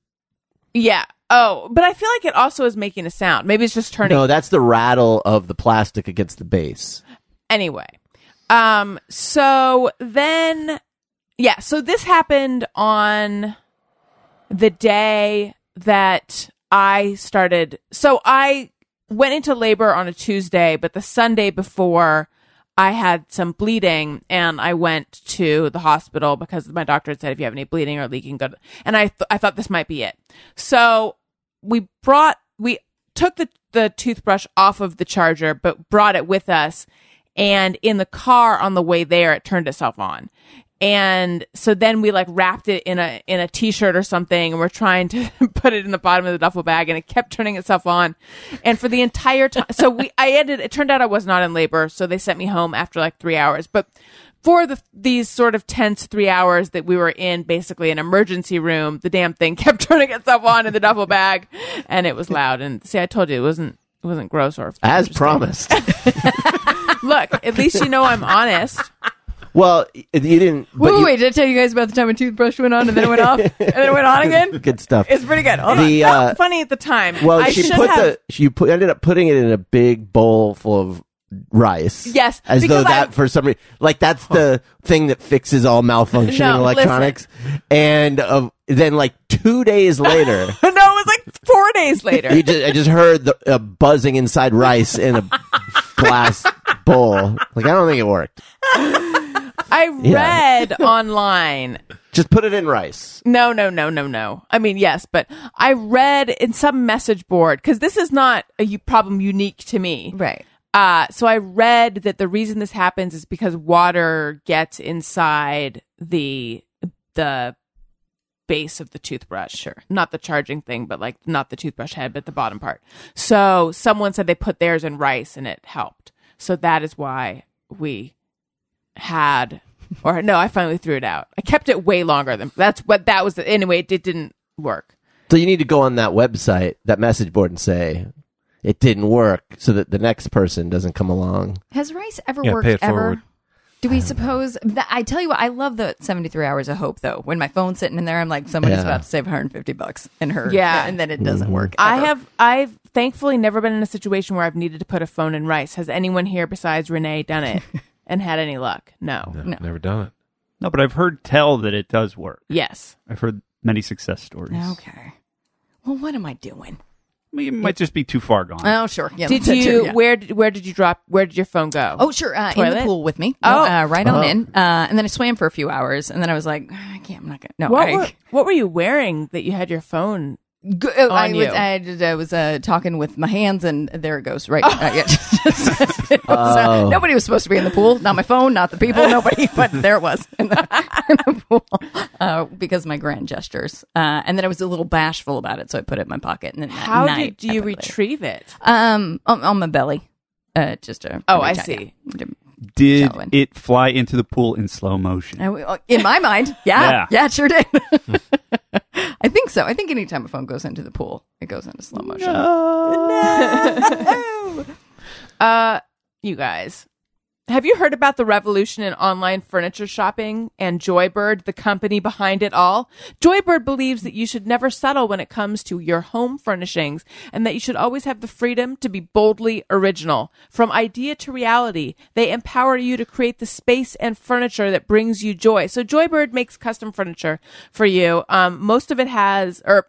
yeah. Oh, but I feel like it also is making a sound. Maybe it's just turning. No, that's the rattle of the plastic against the base. Anyway, um, so then, yeah, so this happened on the day that I started. So I went into labor on a Tuesday, but the Sunday before I had some bleeding and I went to the hospital because my doctor had said, if you have any bleeding or leaking, go to, and I, th- I thought this might be it. So we brought, we took the, the toothbrush off of the charger, but brought it with us. And in the car on the way there, it turned itself on. And so then we like wrapped it in a in a t-shirt or something and we're trying to put it in the bottom of the duffel bag and it kept turning itself on. And for the entire time so we I ended it turned out I was not in labor, so they sent me home after like 3 hours. But for the these sort of tense 3 hours that we were in basically an emergency room, the damn thing kept turning itself on in the duffel bag and it was loud and see I told you it wasn't it wasn't gross or As promised. Look, at least you know I'm honest. well, y- you didn't. But Wait, wait, you, wait, did I tell you guys about the time a toothbrush went on and then it went off and then it went on again? Good stuff. It's pretty good. Hold on. The, Not uh, funny at the time. well, I she should put have, the she put, ended up putting it in a big bowl full of rice. Yes, as though because I- that for some reason, like that's the thing that fixes all malfunctioning No, electronics. And uh, then, like two days later. no, it was like four days later. You just, I just heard the uh, buzzing inside rice in a glass bowl. Like I don't think it worked. I read online. Just put it in rice. No, no, no, no, no. I mean, yes, but I read in some message board because this is not a u- problem unique to me. Right. Uh, so I read that the reason this happens is because water gets inside the the base of the toothbrush. Sure. Not the charging thing, but like not the toothbrush head, but the bottom part. So someone said they put theirs in rice and it helped. So that is why we had or no, I finally threw it out. I kept it way longer than that's what that was the, anyway, it, did- didn't work. So you need to go on that website, that message board, and say it didn't work, so that the next person doesn't come along. Has rice ever Yeah, worked pay it ever? forward. Do we suppose that I tell you what I love the 73 hours of hope though. When my phone's sitting in there I'm like somebody's Yeah. about to save 150 bucks and her Yeah. and then it doesn't work. I ever. have I've thankfully never been in a situation where I've needed to put a phone in rice. Has anyone here besides Renee done it and had any luck? No. No, Never done it. No, but I've heard tell that it does work. Yes. I've heard many success stories. Okay. Well, what am I doing? I mean, it might just be too far Uh, gone. Oh, sure. Yeah, Did that too, you yeah. where did where did you drop where did your phone go? Oh, sure. Uh, in the Toilet? pool with me. Oh. No, uh, right on Oh. in. Uh, and then I swam for a few hours, and then I was like, "Ah, I can't. I'm not gonna. No, what I, were, what were you wearing that you had your phone? Go- oh, I on was, you? I, did- I was uh, talking with my hands, and there it goes. Oh. Right. Uh, yeah. It was, uh, Oh. nobody was supposed to be in the pool. Not my phone. Not the people. Nobody. But there it was in the, in the pool uh, because of my grand gestures. Uh, and then I was a little bashful about it, so I put it in my pocket. And then that How night, did you I put it later. retrieve it? Um, on, on my belly. Uh, just a Oh, I yeah. see. Did Shallowin. it fly into the pool in slow motion? I- uh, In my mind, yeah, Yeah. yeah, it sure did. I think so. I think anytime a phone goes into the pool, it goes into slow motion. Uh you guys. Have you heard about the revolution in online furniture shopping and Joybird, the company behind it all? Joybird believes that you should never settle when it comes to your home furnishings and that you should always have the freedom to be boldly original. From idea to reality, they empower you to create the space and furniture that brings you joy. So Joybird makes custom furniture for you. Um, most of it has, or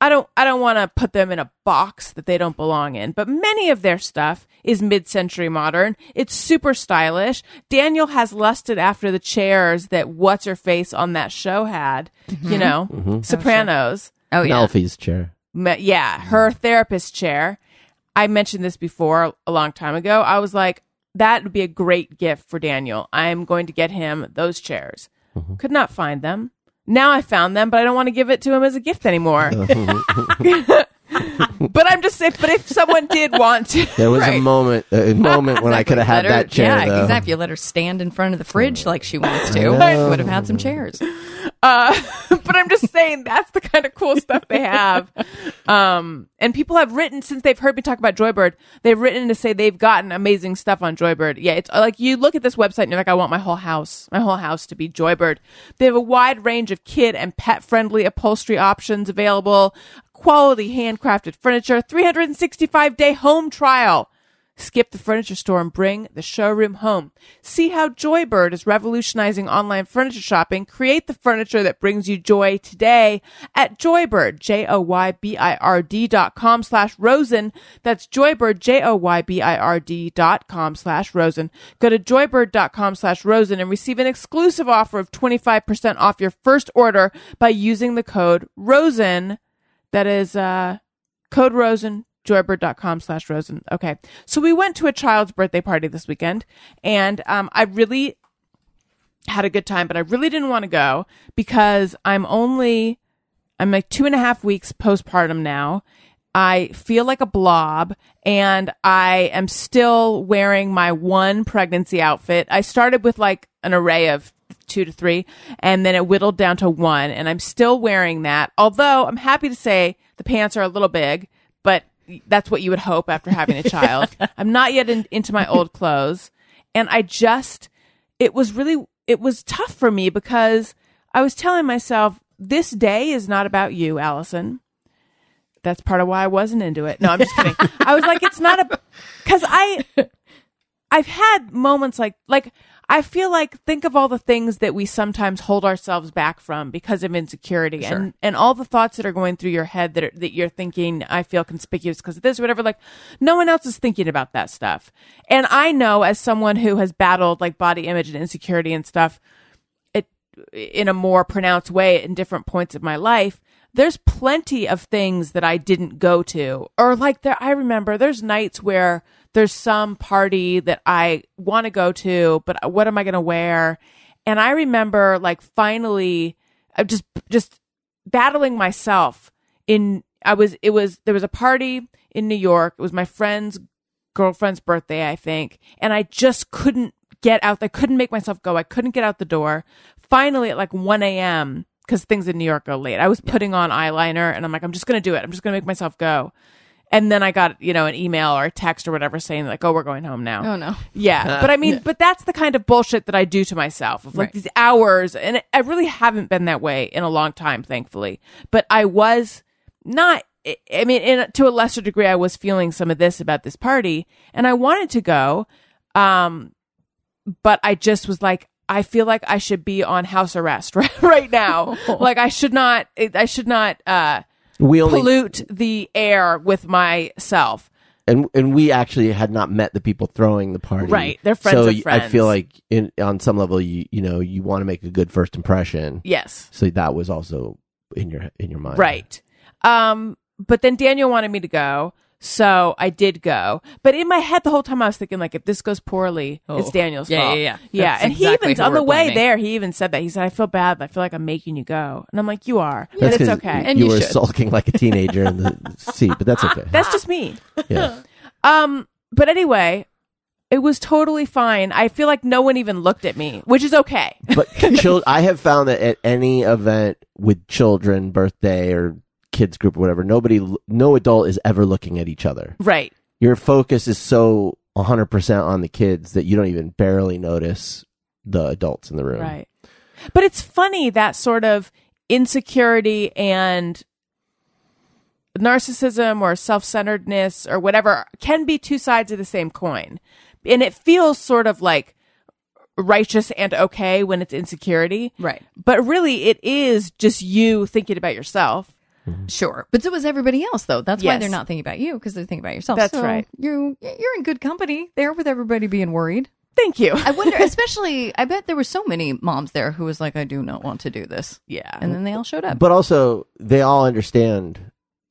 I don't I don't want to put them in a box that they don't belong in, but many of their stuff is mid-century modern. It's super stylish. Daniel has lusted after the chairs that what's her face on that show had, you know, Sopranos. Oh yeah, Alfie's chair. Me- yeah, her therapist chair. I mentioned this before a long time ago. I was like, that would be a great gift for Daniel. I'm going to get him those chairs. Mm-hmm. Could not find them. Now I found them, but I don't want to give it to him as a gift anymore. but I'm just if but if someone did want to, There was a Right. moment, a moment when I could have had Let her- that chair. Yeah, though. exactly. You Let her stand in front of the fridge like she wants to. know. Would have had some chairs. Uh, but I'm just saying that's the kind of cool stuff they have. Um, and people have written since they've heard me talk about Joybird, they've written to say they've gotten amazing stuff on Joybird. Yeah, it's uh, like you look at this website and you're like, I want my whole house, my whole house to be Joybird. They have a wide range of kid and pet friendly upholstery options available, quality handcrafted furniture, 365 day home trial. Skip the furniture store and bring the showroom home. See how Joybird is revolutionizing online furniture shopping. Create the furniture that brings you joy today at Joybird, J-O-Y-B-I-R-D dot com slash Rosen. That's Joybird, J-O-Y-B-I-R-D dot com slash Rosen. Go to joybird.com slash Rosen and receive an exclusive offer of 25% off your first order by using the code Rosen. That is, uh, code rosen joybird.com slash rosen okay so we went to a child's birthday party this weekend and um, i really had a good time but i really didn't want to go because i'm only i'm like two and a half weeks postpartum now i feel like a blob and i am still wearing my one pregnancy outfit i started with like an array of two to three and then it whittled down to one and i'm still wearing that although i'm happy to say the pants are a little big but that's what you would hope after having a child. I'm not yet in, into my old clothes. And I just, it was really, it was tough for me because I was telling myself, this day is not about you, Allison. That's part of why I wasn't into it. No, I'm just kidding. I was like, it's not a, because I, I've had moments like like I feel like think of all the things that we sometimes hold ourselves back from because of insecurity and and all the thoughts that are going through your head that are, that you're thinking I feel conspicuous because of this or whatever like no one else is thinking about that stuff. And I know as someone who has battled like body image and insecurity and stuff it in a more pronounced way in different points of my life there's plenty of things that i didn't go to or like there i remember there's nights where there's some party that i want to go to but what am i going to wear and i remember like finally i just just battling myself in i was it was there was a party in new york it was my friend's girlfriend's birthday, I think, and I just couldn't get out. I couldn't make myself go. I couldn't get out the door. Finally, at like 1 a.m., because things in New York go late, I was putting on eyeliner and I'm like, I'm just going to do it. I'm just going to make myself go. And then I got, you know, an email or a text or whatever saying, like, oh, we're going home now. Oh no. Yeah. But I mean, but that's the kind of bullshit that I do to myself of like these hours. And I really haven't been that way in a long time, thankfully. But I was not, I- I mean, in, to a lesser degree, I was feeling some of this about this party and I wanted to go. Um, but I just was like, I feel like I should be on house arrest right, right now. like I should not, I should not, uh, we only pollute the air with myself. and and we actually had not met the people throwing the party. Right, they're friends So of y- I friends. feel like in, on some level, you you know, you want to make a good first impression. Yes. So that was also in your in your mind, Right. Um, but then Daniel wanted me to go, so I did go. But in my head, the whole time I was thinking, like, if this goes poorly, Oh. it's Daniel's Yeah, fault. yeah, yeah. yeah. That's and exactly he even who on we're the way blaming. there, he even said that. He said, "I feel bad. but I feel like I'm making you go," and I'm like, "You are, but That's it's 'cause okay." You, And you you were should. sulking like a teenager in the seat, but that's okay. That's just me. yeah. Um, but anyway, it was totally fine. I feel like no one even looked at me, which is okay. But chil- I have found that at any event with children, birthday or kids group or whatever, nobody, l- no adult is ever looking at each other. right. your focus is so 100% on the kids that you don't even barely notice the adults in the room. Right. But it's funny that sort of insecurity and narcissism or self centeredness or whatever can be two sides of the same coin. And it feels sort of like righteous and okay when it's insecurity. Right. But really, it is just you thinking about yourself. Sure. But so was everybody else though. That's why Yes. they're not thinking about you because they're thinking about yourself. That's So right. You you're in good company there with everybody being worried. Thank you. I wonder especially I bet there were so many moms there who was like, I do not want to do this. yeah. And then they all showed up. But also, they all understand.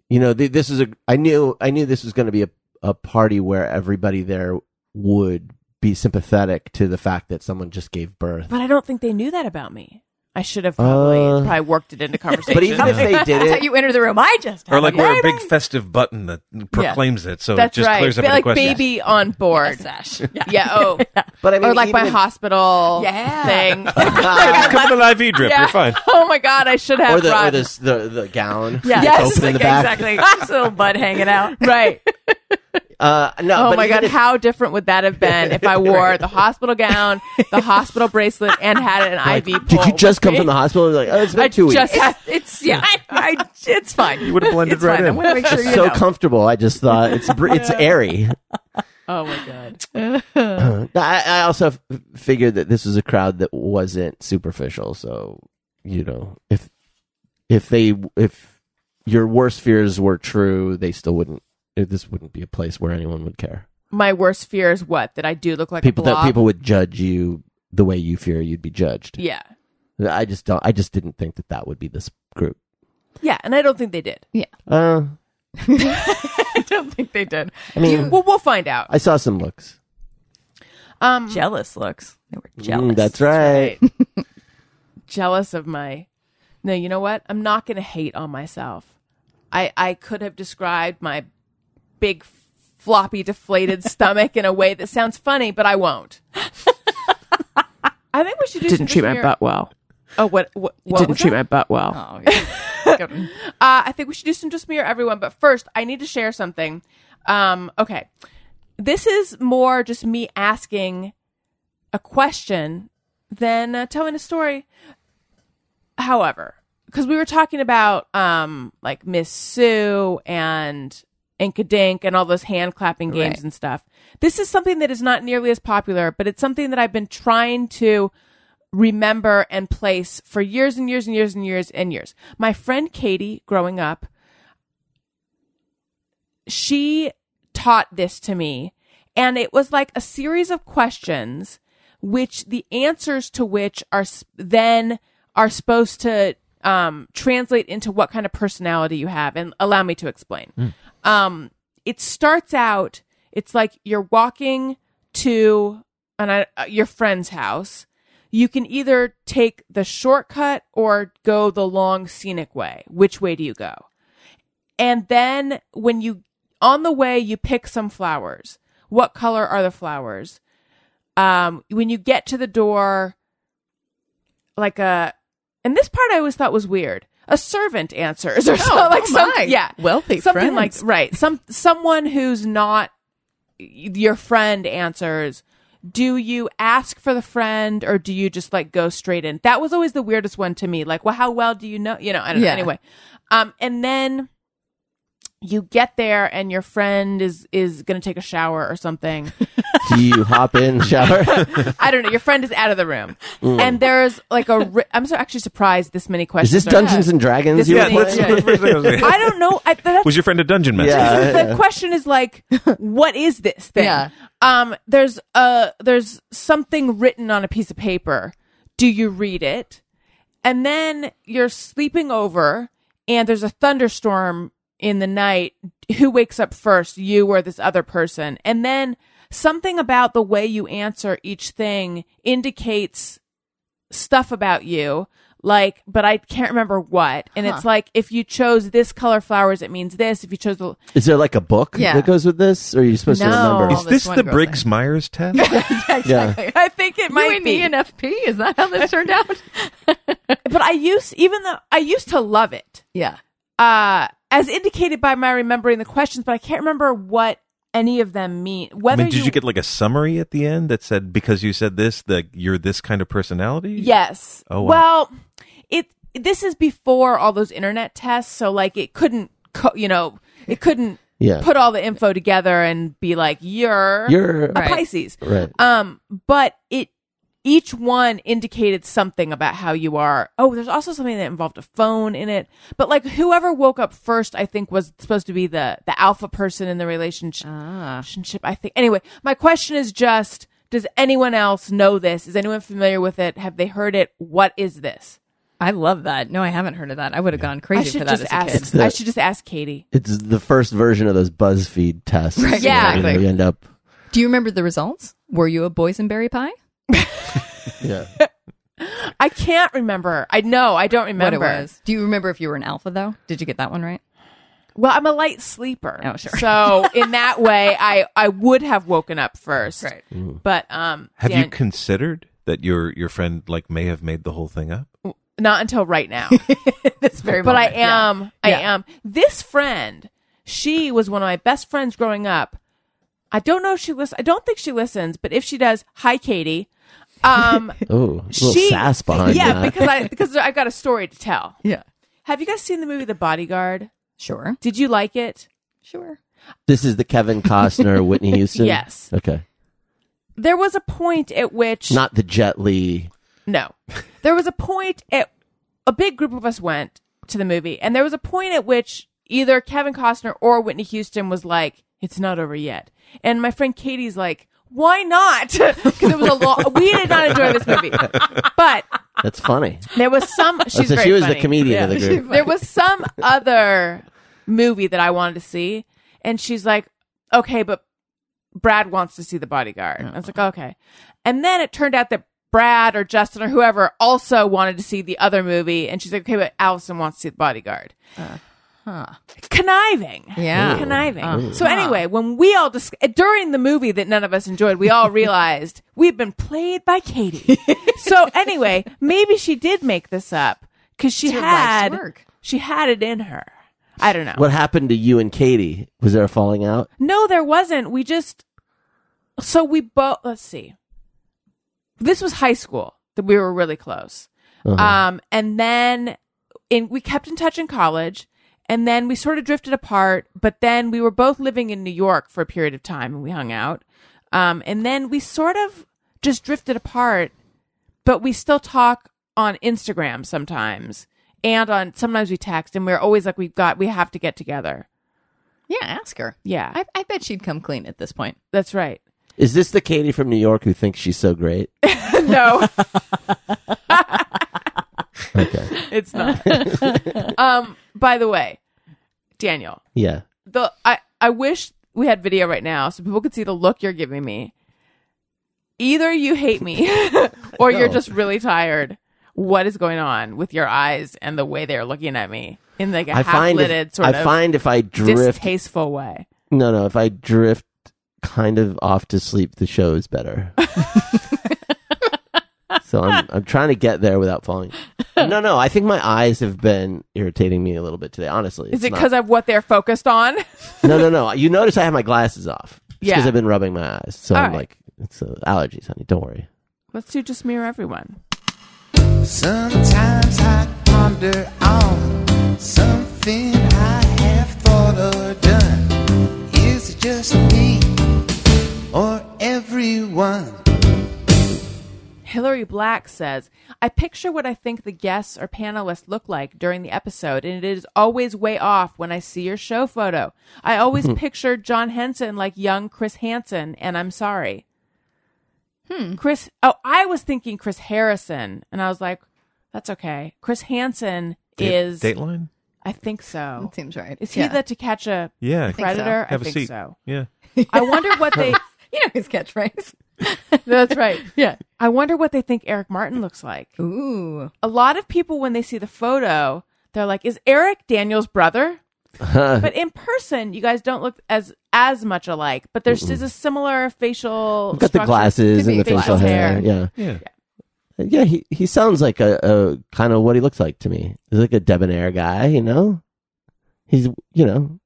You know, th- this is a. I knew. I knew this was going to be a a party where everybody there would be sympathetic to the fact that someone just gave birth. But I don't think they knew that about me. I should have probably probably worked it into conversation. Uh, But even if they did That's how it, you enter the room. I just or like had a wear a baby. big festive button that proclaims it, so That's it just right. clears up Be any like questions. baby on board. sash. Yeah. Oh. but I mean, or like my even if- hospital Yeah. thing. Just come in an IV drip. Yeah. You're fine. Oh my god, I should have or the or brought- this, the the gown. that's Yeah. Yes, open in the back. exactly. Just a little butt hanging out. Right. Uh, no, Oh but my even god, if- how different would that have been if I wore the hospital gown, the hospital bracelet, and had an like, IV pole? Did you just come from the hospital? Like, oh, it's been I two weeks. just had- It's yeah. I, I, it's fine. You would have blended right in. I want to make sure you so know. comfortable. I just thought it's br- it's airy. Oh my god. I, I also f- figured that this was a crowd that wasn't superficial. So you know, if if they if your worst fears were true, they still wouldn't. eh, This wouldn't be a place where anyone would care. My worst fear is what that I do look like people a blob. that people would judge you the way you fear you'd be judged. Yeah. I just don't. I just didn't think that that would be this group. Yeah, and I don't think they did. Uh, I don't think they did. I mean, Well, we'll find out. I saw some looks. Um, Jealous looks. They were Mm, jealous. that's right. jealous of my. No, you know what? I'm not going to hate on myself. I I could have described my big floppy deflated stomach in a way that sounds funny, but I won't. I think we should do some Didn't treat my smear- butt well. Oh, what? What? what Didn't was treat that? my butt well. Oh, yeah. Uh, I think we should do some just mirror everyone, but first I need to share something. Um, okay. This is more just me asking a question than uh, telling a story. However, because we were talking about um, like Miss Sue and Inkadink and all those hand clapping games Right. and stuff. This is something that is not nearly as popular, but it's something that I've been trying to remember and place for years and years and years and years and years. My friend Katie, growing up, she taught this to me, and it was like a series of questions, which the answers to which are s- then are supposed to um, translate into what kind of personality you have. And allow me to explain. Um, it starts out. It's like you're walking to an, uh, your friend's house, you can either take the shortcut or go the long scenic way. Which way do you go? And then when you on the way you pick some flowers. What color are the flowers? Um when you get to the door like a and this part I always thought was weird. A servant answers or something like oh my. something yeah. Wealthy something friends. like right. Some someone who's not your friend answers do you ask for the friend or do you just like go straight in that was always the weirdest one to me like well how well do you know you know i don't know Yeah. anyway um and then you get there and your friend is is gonna take a shower or something Do you hop in, shower? i don't know your friend is out of the room and there's like a ri- i'm so actually surprised this many Is questions this are- Dungeons and Dragons? This you Yeah, were that's playing? the first thing I was i gonna- don't know I, that's Was your friend a dungeon master? Yeah. the question is like what is this thing Yeah. um there's uh there's something written on a piece of paper do you read it and then you're sleeping over and there's a thunderstorm in the night who wakes up first you or this other person and then something about the way you answer each thing indicates stuff about you like but i can't remember what and it's like if you chose this color flowers it means this if you chose the Is there like a book Yeah. that goes with this, or are you supposed to No. remember? Is All this this one the girl Briggs Myers test? Yeah. i think it might E be ENFP? Is that how this turned out? but i used even though i used to love it yeah. uh as indicated by my remembering the questions but i can't remember what any of them mean I whether mean, did you, get like a summary at the end that said because you said this that you're this kind of personality? Yes. Oh, wow. Well, it this is before all those internet tests, so like it couldn't, co- you know, it couldn't Yeah. put all the info together and be like you're You're a right. Right. Pisces. Um, but it each one indicated something about how you are. Oh, there's also something that involved a phone in it. But like whoever woke up first, I think was supposed to be the the alpha person in the relationship. Ah. Relationship, I think. Anyway, my question is just: Does anyone else know this? Is anyone familiar with it? Have they heard it? What is this? I love that. No, I haven't heard of that. I would have gone I crazy for should that just as a kid. ask. kid. I should just ask Katie. It's the first version of those BuzzFeed tests. Right, you know, yeah. you know, exactly. you end up. Do you remember the results? Were you a boysenberry pie? Yeah. I can't remember. I know I don't remember. What it was. Do you remember if you were an alpha though? Did you get that one right? Well, I'm a light sleeper. Oh, sure. So in that way, I I would have woken up first. Right. Mm. But um, Have you Dan- considered that your your friend like may have made the whole thing up? not until right now. That's very. but I moment, yeah. am. I Yeah. am. This friend, she was one of my best friends growing up. I don't know if she listens. I don't think she listens, but if she does, hi Katie. Um, Oh, a little she sass behind yeah, that. because I because I got a story to tell. Yeah. Have you guys seen the movie The Bodyguard? Sure. Did you like it? Sure. this is the Kevin Costner, Whitney Houston. Yes. Okay. There was a point at which Not the Jet Li. No. There was a point at a big group of us went to the movie, and there was a point at which either Kevin Costner or Whitney Houston was like, "It's not over yet," and my friend Katie's like, "Why not?" Because it was a long. we did not enjoy this movie, but That's funny. there was some. She's Oh, so very she was funny. the comedian of the group. There was some other movie that I wanted to see, and she's like, "Okay, but Brad wants to see The Bodyguard." I was like, Uh-huh. "Okay," and then it turned out that Brad or Justin or whoever also wanted to see the other movie, and she's like, "Okay, but Allison wants to see The Bodyguard." Uh-huh. Conniving, Yeah. Ooh. conniving. So anyway, when we all dis- during the movie that none of us enjoyed, we all realized we've been played by Katie. so anyway, maybe she did make this up because she It's her had life's work. she had it in her. I don't know. What happened to you and Katie? Was there a falling out? No, there wasn't. We just so we both. Let's see. This was high school that we were really close, um, and then in we kept in touch in college, and then we sort of drifted apart. But then we were both living in New York for a period of time, and we hung out, um, and then we sort of just drifted apart. But we still talk on Instagram sometimes, and on sometimes we text, and we're always like, we've got we have to get together. Yeah. Ask her. Yeah. I, I bet she'd come clean at this point. That's right. Is this the Katie from New York who thinks she's so great? No, Okay. it's not. um, by the way, Daniel, yeah. the I I wish we had video right now so people could see the look you're giving me. Either you hate me or you're No. just really tired. What is going on with your eyes and the way they're looking at me in like a I find half-lidded if, sort I of find if I drift distasteful way? No, no, if I drift kind of off to sleep the show is better. so I'm I'm trying to get there without falling. No, no, I think my eyes have been irritating me a little bit today, honestly. Is It's it not- because of what they're focused on? No, no, no. You notice I have my glasses off. Yeah. Because I've been rubbing my eyes. So All I'm right. like, it's uh, allergies, honey. Don't worry. Let's do just mirror everyone. Sometimes I ponder on something I have thought or done. Is it just me or everyone? Hillary Black says, I picture what I think the guests or panelists look like during the episode, and it is always way off when I see your show photo. I always picture John Henson like young Chris Hansen, and I'm sorry. Hmm. Chris, oh, I was thinking Chris Harrison, and I was like, that's okay. Chris Hansen is, Dateline? I think so. That seems right. Is he yeah. the to catch a Yeah. predator? Have I a think seat. so. Yeah. I wonder what they, You know his catchphrase. that's right. Yeah. I wonder what they think Eric Martin looks like. Ooh. a lot of people when they see the photo they're like is eric daniel's brother but in person you guys don't look as as much alike but there's just a similar facial I've got the structure. glasses and Could be the facial glasses, hair. hair. Yeah. Yeah. Yeah, he, he sounds like a, a kind of what he looks like to me. He's like a debonair guy, you know? He's, you know,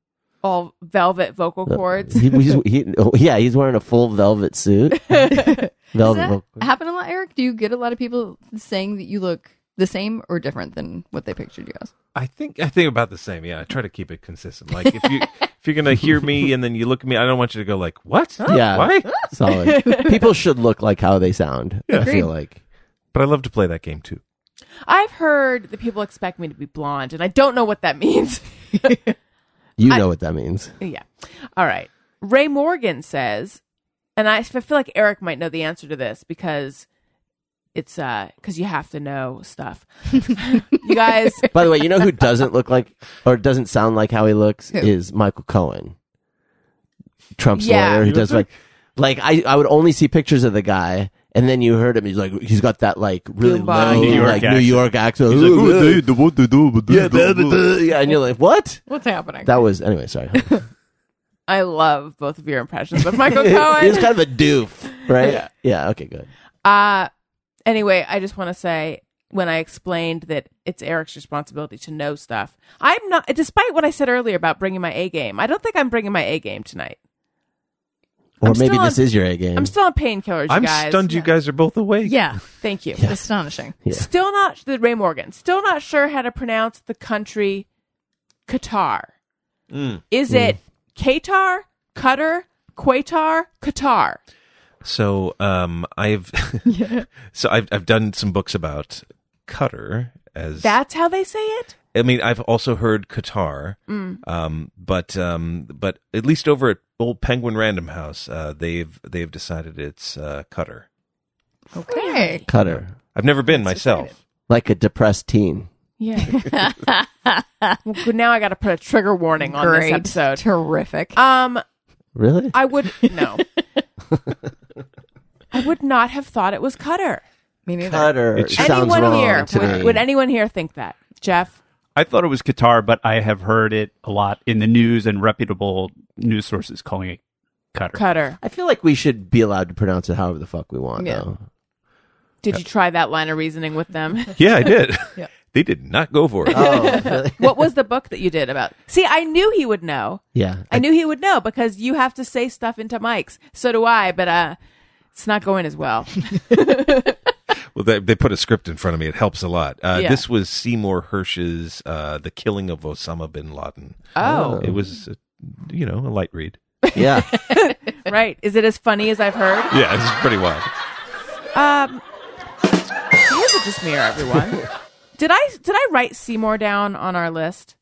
all velvet vocal Uh, cords He, he's, he, oh, yeah, he's wearing a full velvet suit. Does velvet. that vocal- happen a lot, Eric? Do you get a lot of people saying that you look the same or different than what they pictured you as? I think I think about the same. Yeah, I try to keep it consistent. Like if you if you're gonna hear me and then you look at me, I don't want you to go like, "What? Yeah. Why?" Solid. People should look like how they sound. I Agreed. feel like. But I love to play that game too. i've heard that people expect me to be blonde and i don't know what that means You know what that means. yeah all right ray morgan says and i I feel like eric might know the answer to this because it's uh because you have to know stuff you guys By the way, you know who doesn't look like or doesn't sound like how he looks is Michael Cohen, Trump's Yeah. lawyer. Who He does like, like I, I would only see pictures of the guy, And then you heard him. He's like, he's got that like really Goodbye. low, New York like New accent. York accent. He's like, "Ooh, dude, what to do, but yeah, do, do, do." yeah, and you're like, what? What's happening? That was anyway. Sorry, I love both of your impressions of Michael he was Cohen. kind of a doof, right? Yeah. okay. Good. Uh, anyway, I just want to say when I explained that it's Eric's responsibility to know stuff, I'm not, despite what I said earlier about bringing my A game, I don't think I'm bringing my A game tonight. Or I'm maybe still this on- is your A game. I'm still on painkillers, you I'm guys. stunned you guys are both awake. Yeah. Thank you. Astonishing. Still not the Ray Morgan. Still not sure how to pronounce the country Qatar. Mm. Is Mm. it Qatar, Qatar, Qatar, Qatar? So um, I've so I've I've done some books about Qatar as That's how they say it. I mean I've also heard Qatar, um, but um, but at least over at old Penguin Random House, uh, they've they've decided it's uh, Qatar. Okay. Cutter, I've never been myself. like a depressed teen. Yeah. well, good, now I got to put a trigger warning on Great. this episode. Terrific. Um, Really? I would no. I would not have thought it was Cutter. Me neither. Cutter It sounds anyone wrong here to would, me. would anyone here think that, Jeff? I thought it was Qatar, but I have heard it a lot in the news and reputable news sources calling it Qatar. Cutter. I feel like we should be allowed to pronounce it however the fuck we want. Yeah. though. Did you try that line of reasoning with them? Yeah, I did. They did not go for it. Oh, really? what was the book that you did about? See, I knew he would know. yeah. I knew he would know because you have to say stuff into mics. So do I, but uh it's not going as well. Well, they, they put a script in front of me. It helps a lot. Uh, Yeah. This was Seymour Hirsch's uh, "The Killing of Osama bin Laden." Oh, It was, uh, you know, a light read. yeah. Uh. right. Is it as funny as I've heard? Yeah, it's pretty wild. Um, here's a just mirror, everyone. did I did I write Seymour down on our list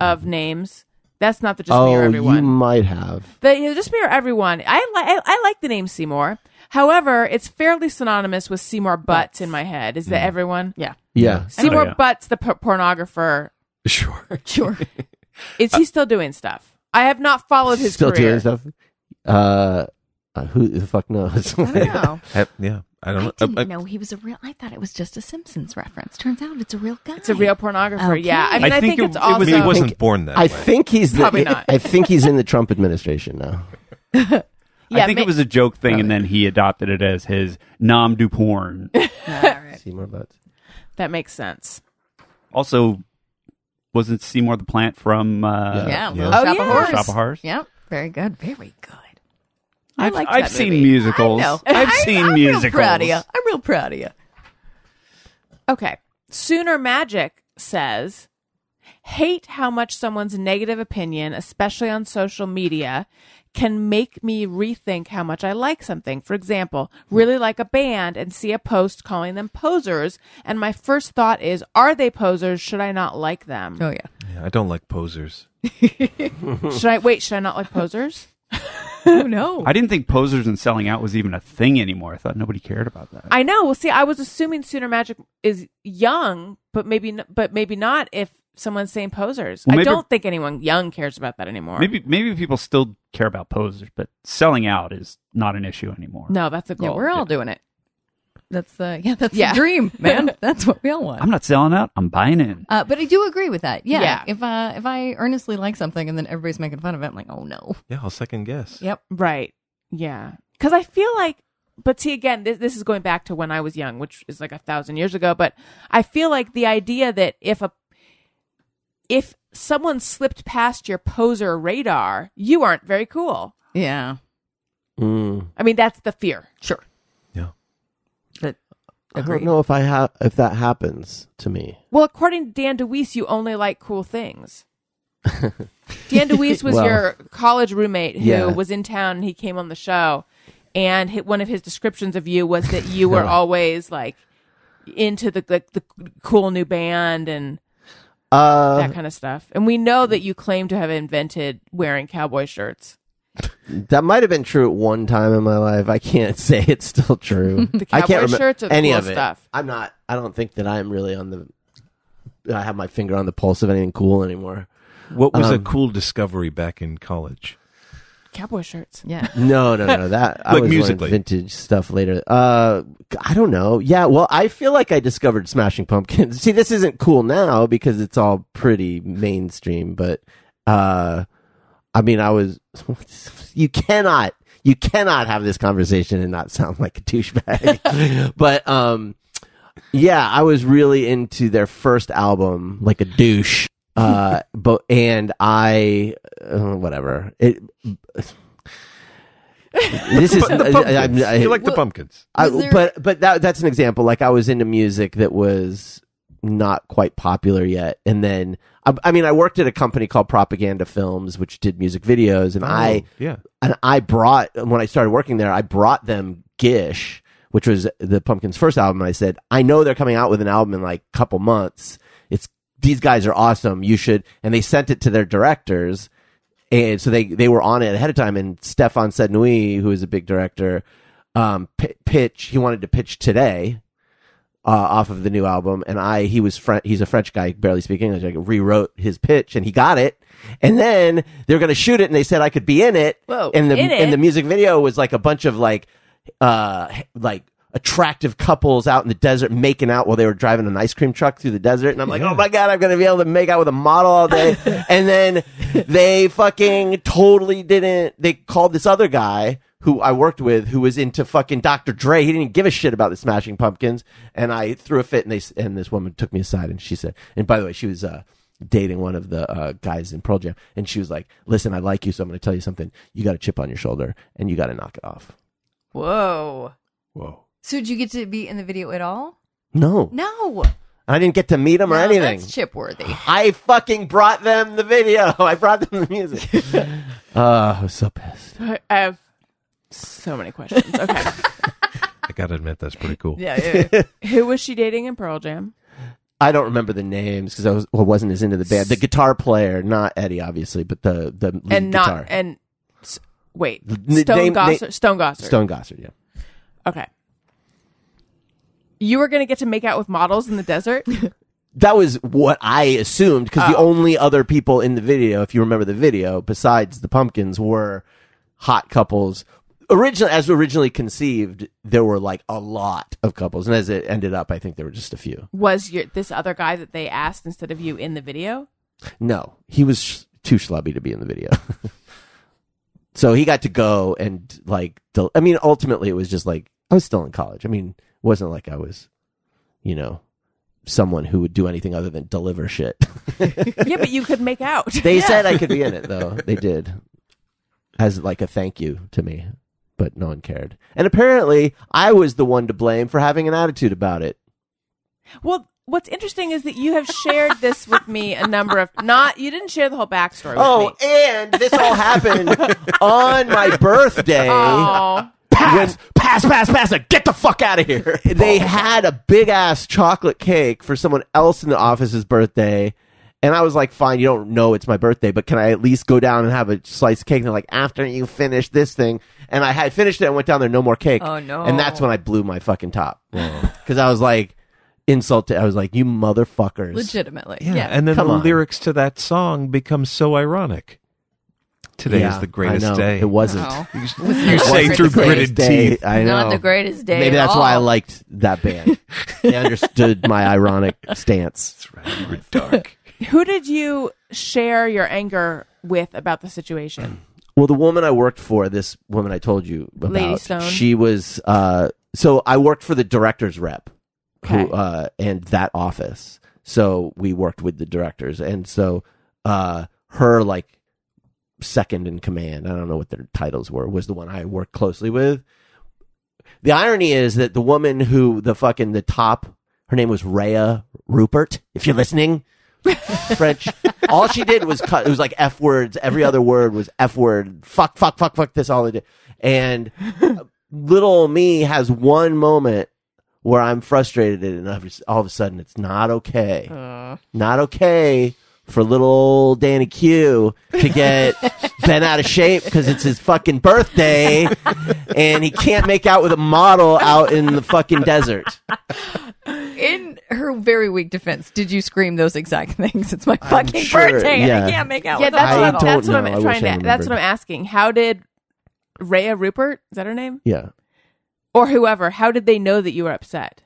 of names? That's not the just oh, mirror, you everyone. might have. the you know, just mirror, everyone. I like I, I like the name Seymour. However, it's fairly synonymous with Seymour Butts in my head. Is that everyone? Yeah. Mm. Yeah. Seymour Oh, yeah. Butts, the por- pornographer. Sure. Sure. Is he still doing stuff? I have not followed Uh, his Still career. doing stuff. Uh, uh, who the fuck knows? Wow. yeah, I I don't Uh, didn't I- I- know he was a real. I thought it was just a Simpsons reference. Turns out it's a real guy. It's a real pornographer. Okay. Yeah, I mean, I, I think, think it- it's it was- I also mean, he wasn't think- born that I way. think he's the, Probably not. I think he's in the Trump administration now. yeah, I think ma- it was a joke thing, and then he adopted it as his nom du porn. Seymour Butts. that makes sense. also, wasn't Seymour the plant from uh, Yeah. Little Oh, Shop yeah. of Horrors. Shop of Horrors? Yep. Very good. Very good. I I've, liked I've that seen movie. musicals. I've seen am musicals. Real proud of you. I'm real proud of you. Okay. Sooner Magic says, hate how much someone's negative opinion, especially on social media, can make me rethink how much I like something. For example, really like a band and see a post calling them posers. And my first thought is, are they posers? Should I not like them? Oh yeah. Yeah, I don't like posers. Should I wait? Should I not like posers? Oh no. I didn't think posers and selling out was even a thing anymore. I thought nobody cared about that. I know. Well, see, I was assuming Sooner Magic is young, but maybe, n- but maybe not if someone's saying posers. Well, I maybe- don't think anyone young cares about that anymore. Maybe maybe people still care about posers, but selling out is not an issue anymore. No, that's a Yeah, goal. we're all doing it. That's the yeah. That's Yeah. the dream, man. that's what we all want. I'm not selling out. I'm buying in. Uh, but I do agree with that. Yeah. Yeah. If uh, if I earnestly like something and then everybody's making fun of it, I'm like, oh no. Yeah, I'll second guess. Yep. Right. Yeah. Because I feel like, but see, again, this, this is going back to when I was young, which is like a thousand years ago. But I feel like the idea that if a if someone slipped past your poser radar, you aren't very cool. Yeah. Mm. I mean, that's the fear. Sure. Yeah. But I don't Agreed. know if I have if that happens to me. Well, according to Dan DeWeese, you only like cool things. Dan DeWeese was Well- your college roommate who Yeah. was in town and he came on the show. And hi one of his descriptions of you was that you were always like into the, like the cool new band and Uh, that kind of stuff. And we know that you claim to have invented wearing cowboy shirts. that might have been true at one time in my life. I can't say it's still true. The I can't cowboy remember shirts are the any cool of it. stuff. I'm not. I don't think that I'm really on the. I have my finger on the pulse of anything cool anymore. What was a Um, cool discovery back in college? cowboy shirts. Yeah. No, no, no. That I Like was wearing musically. vintage stuff later. Uh, I don't know. Yeah, well, I feel like I discovered Smashing Pumpkins. See, this isn't cool now because it's all pretty mainstream. But uh, I mean, I was. You cannot, you cannot have this conversation and not sound like a douchebag. but um, yeah, I was really into their first album, like a douche. Uh, but and I, uh, whatever. It. this is But the I- I- pumpkins. I- you like the Well- pumpkins. I, Was there- but but that that's an example. Like I was into music that was not quite popular yet, and then I, I mean I worked at a company called Propaganda Films, which did music videos, and I Oh, yeah. and I brought when I started working there, I brought them Gish, which was the Pumpkins' first album. And I said, I know they're coming out with an album in like a couple months. It's these guys are awesome. You should, and they sent it to their directors, and so they they were on it ahead of time. And Stefan Sednui, who is a big director, um, p- pitch he wanted to pitch today. Uh, off of the new album, and I he was French. He's a French guy, barely speaking English. I rewrote his pitch, and he got it. And then they were going to shoot it, and they said I could be in it. Whoa, and the in it? and the music video was like a bunch of like uh like attractive couples out in the desert making out while they were driving an ice cream truck through the desert and i'm like oh my god i'm gonna be able to make out with a model all day and then they fucking totally didn't they called this other guy who I worked with, who was into fucking Dr. Dre, he didn't give a shit about the Smashing Pumpkins, and I threw a fit, and they s- and this woman took me aside, and she said, and by the way, she was uh, dating one of the uh, guys in Pearl Jam, and she was like, "Listen, I like you, so I'm going to tell you something. You got a chip on your shoulder, and you got to knock it off." Whoa. Whoa. So did you get to be in the video at all? No, No. I didn't get to meet him or No, anything. That's chip worthy. I fucking brought them the video. I brought them the music. Oh, I was so pissed. I I have so many questions. Okay. I gotta admit that's pretty cool. yeah, yeah, yeah. Who was she dating in Pearl Jam? I don't remember the names because I was well, wasn't as into the band. The guitar player, not Eddie, obviously, but the the lead and not guitar. and s- wait, N- Stone name- Gossard. name- Stone Gossard. Stone Gossard, yeah. Okay. You were gonna get to make out with models in the desert. That was what I assumed because the only other people in the video, if you remember the video, besides the pumpkins, were hot couples. Originally, as originally conceived, there were like a lot of couples, and as it ended up, I think there were just a few. was your this other guy that they asked instead of you in the video? No, he was sh- too schlubby to be in the video. so he got to go and like, del- I mean, ultimately it was just like, I was still in college. I mean, it wasn't like I was, you know, someone who would do anything other than deliver shit. yeah, but you could make out. they said I could be in it though. They did. As like a thank you to me, but no one cared. And apparently I was the one to blame for having an attitude about it. Well, what's interesting is that you have shared this with me a number of not. You didn't share the whole backstory. With Oh, me. and this all happened on my birthday. oh, pass, pass, pass, pass, like, get the fuck out of here. They had a big ass chocolate cake for someone else in the office's birthday. And I was like, fine, you don't know it's my birthday, but can I at least go down and have a slice of cake? And they're like, after you finish this thing. And I had finished it and went down there, no more cake. Oh, no. And that's when I blew my fucking top. Because I was like, insulted. I was like, you motherfuckers. Legitimately. Yeah, and then the come on. lyrics to that song become so ironic. Today Yeah, is the greatest I know. day. It wasn't. Oh. You say Not through the greatest gritted Day, teeth. I know. Not the greatest day. Maybe at that's why I all. liked that band. they understood my ironic stance. That's right. You were dark. who did you share your anger with about the situation? Well, the woman I worked for, this woman I told you about, Lady Stone. she was. Uh, so I worked for the director's rep, Okay. who uh, and that office. So we worked with the directors, and so uh, her like second in command. I don't know what their titles were. Was the one I worked closely with. The irony is that the woman who the fucking the top, her name was Rhea Rupert. If you're listening, French. all she did was cut. It was like f words. Every other word was f word. Fuck, fuck, fuck, fuck. This all it did. And uh, little me has one moment where I'm frustrated, and all of- all of a sudden it's not okay. Oh. Not okay for little old Danny Q to get bent out of shape because it's his fucking birthday, and he can't make out with a model out in the fucking desert. in her very weak defense, did you scream those exact things? It's my fucking sure- birthday. and yeah. I can't make out. yeah, with that's I all what, of I'm- them. don't that's what I'm know. I wish trying I to. That's what remembered. I'm asking. How did Rhea Rupert? Is that her name? Yeah. Or whoever? How did they know that you were upset?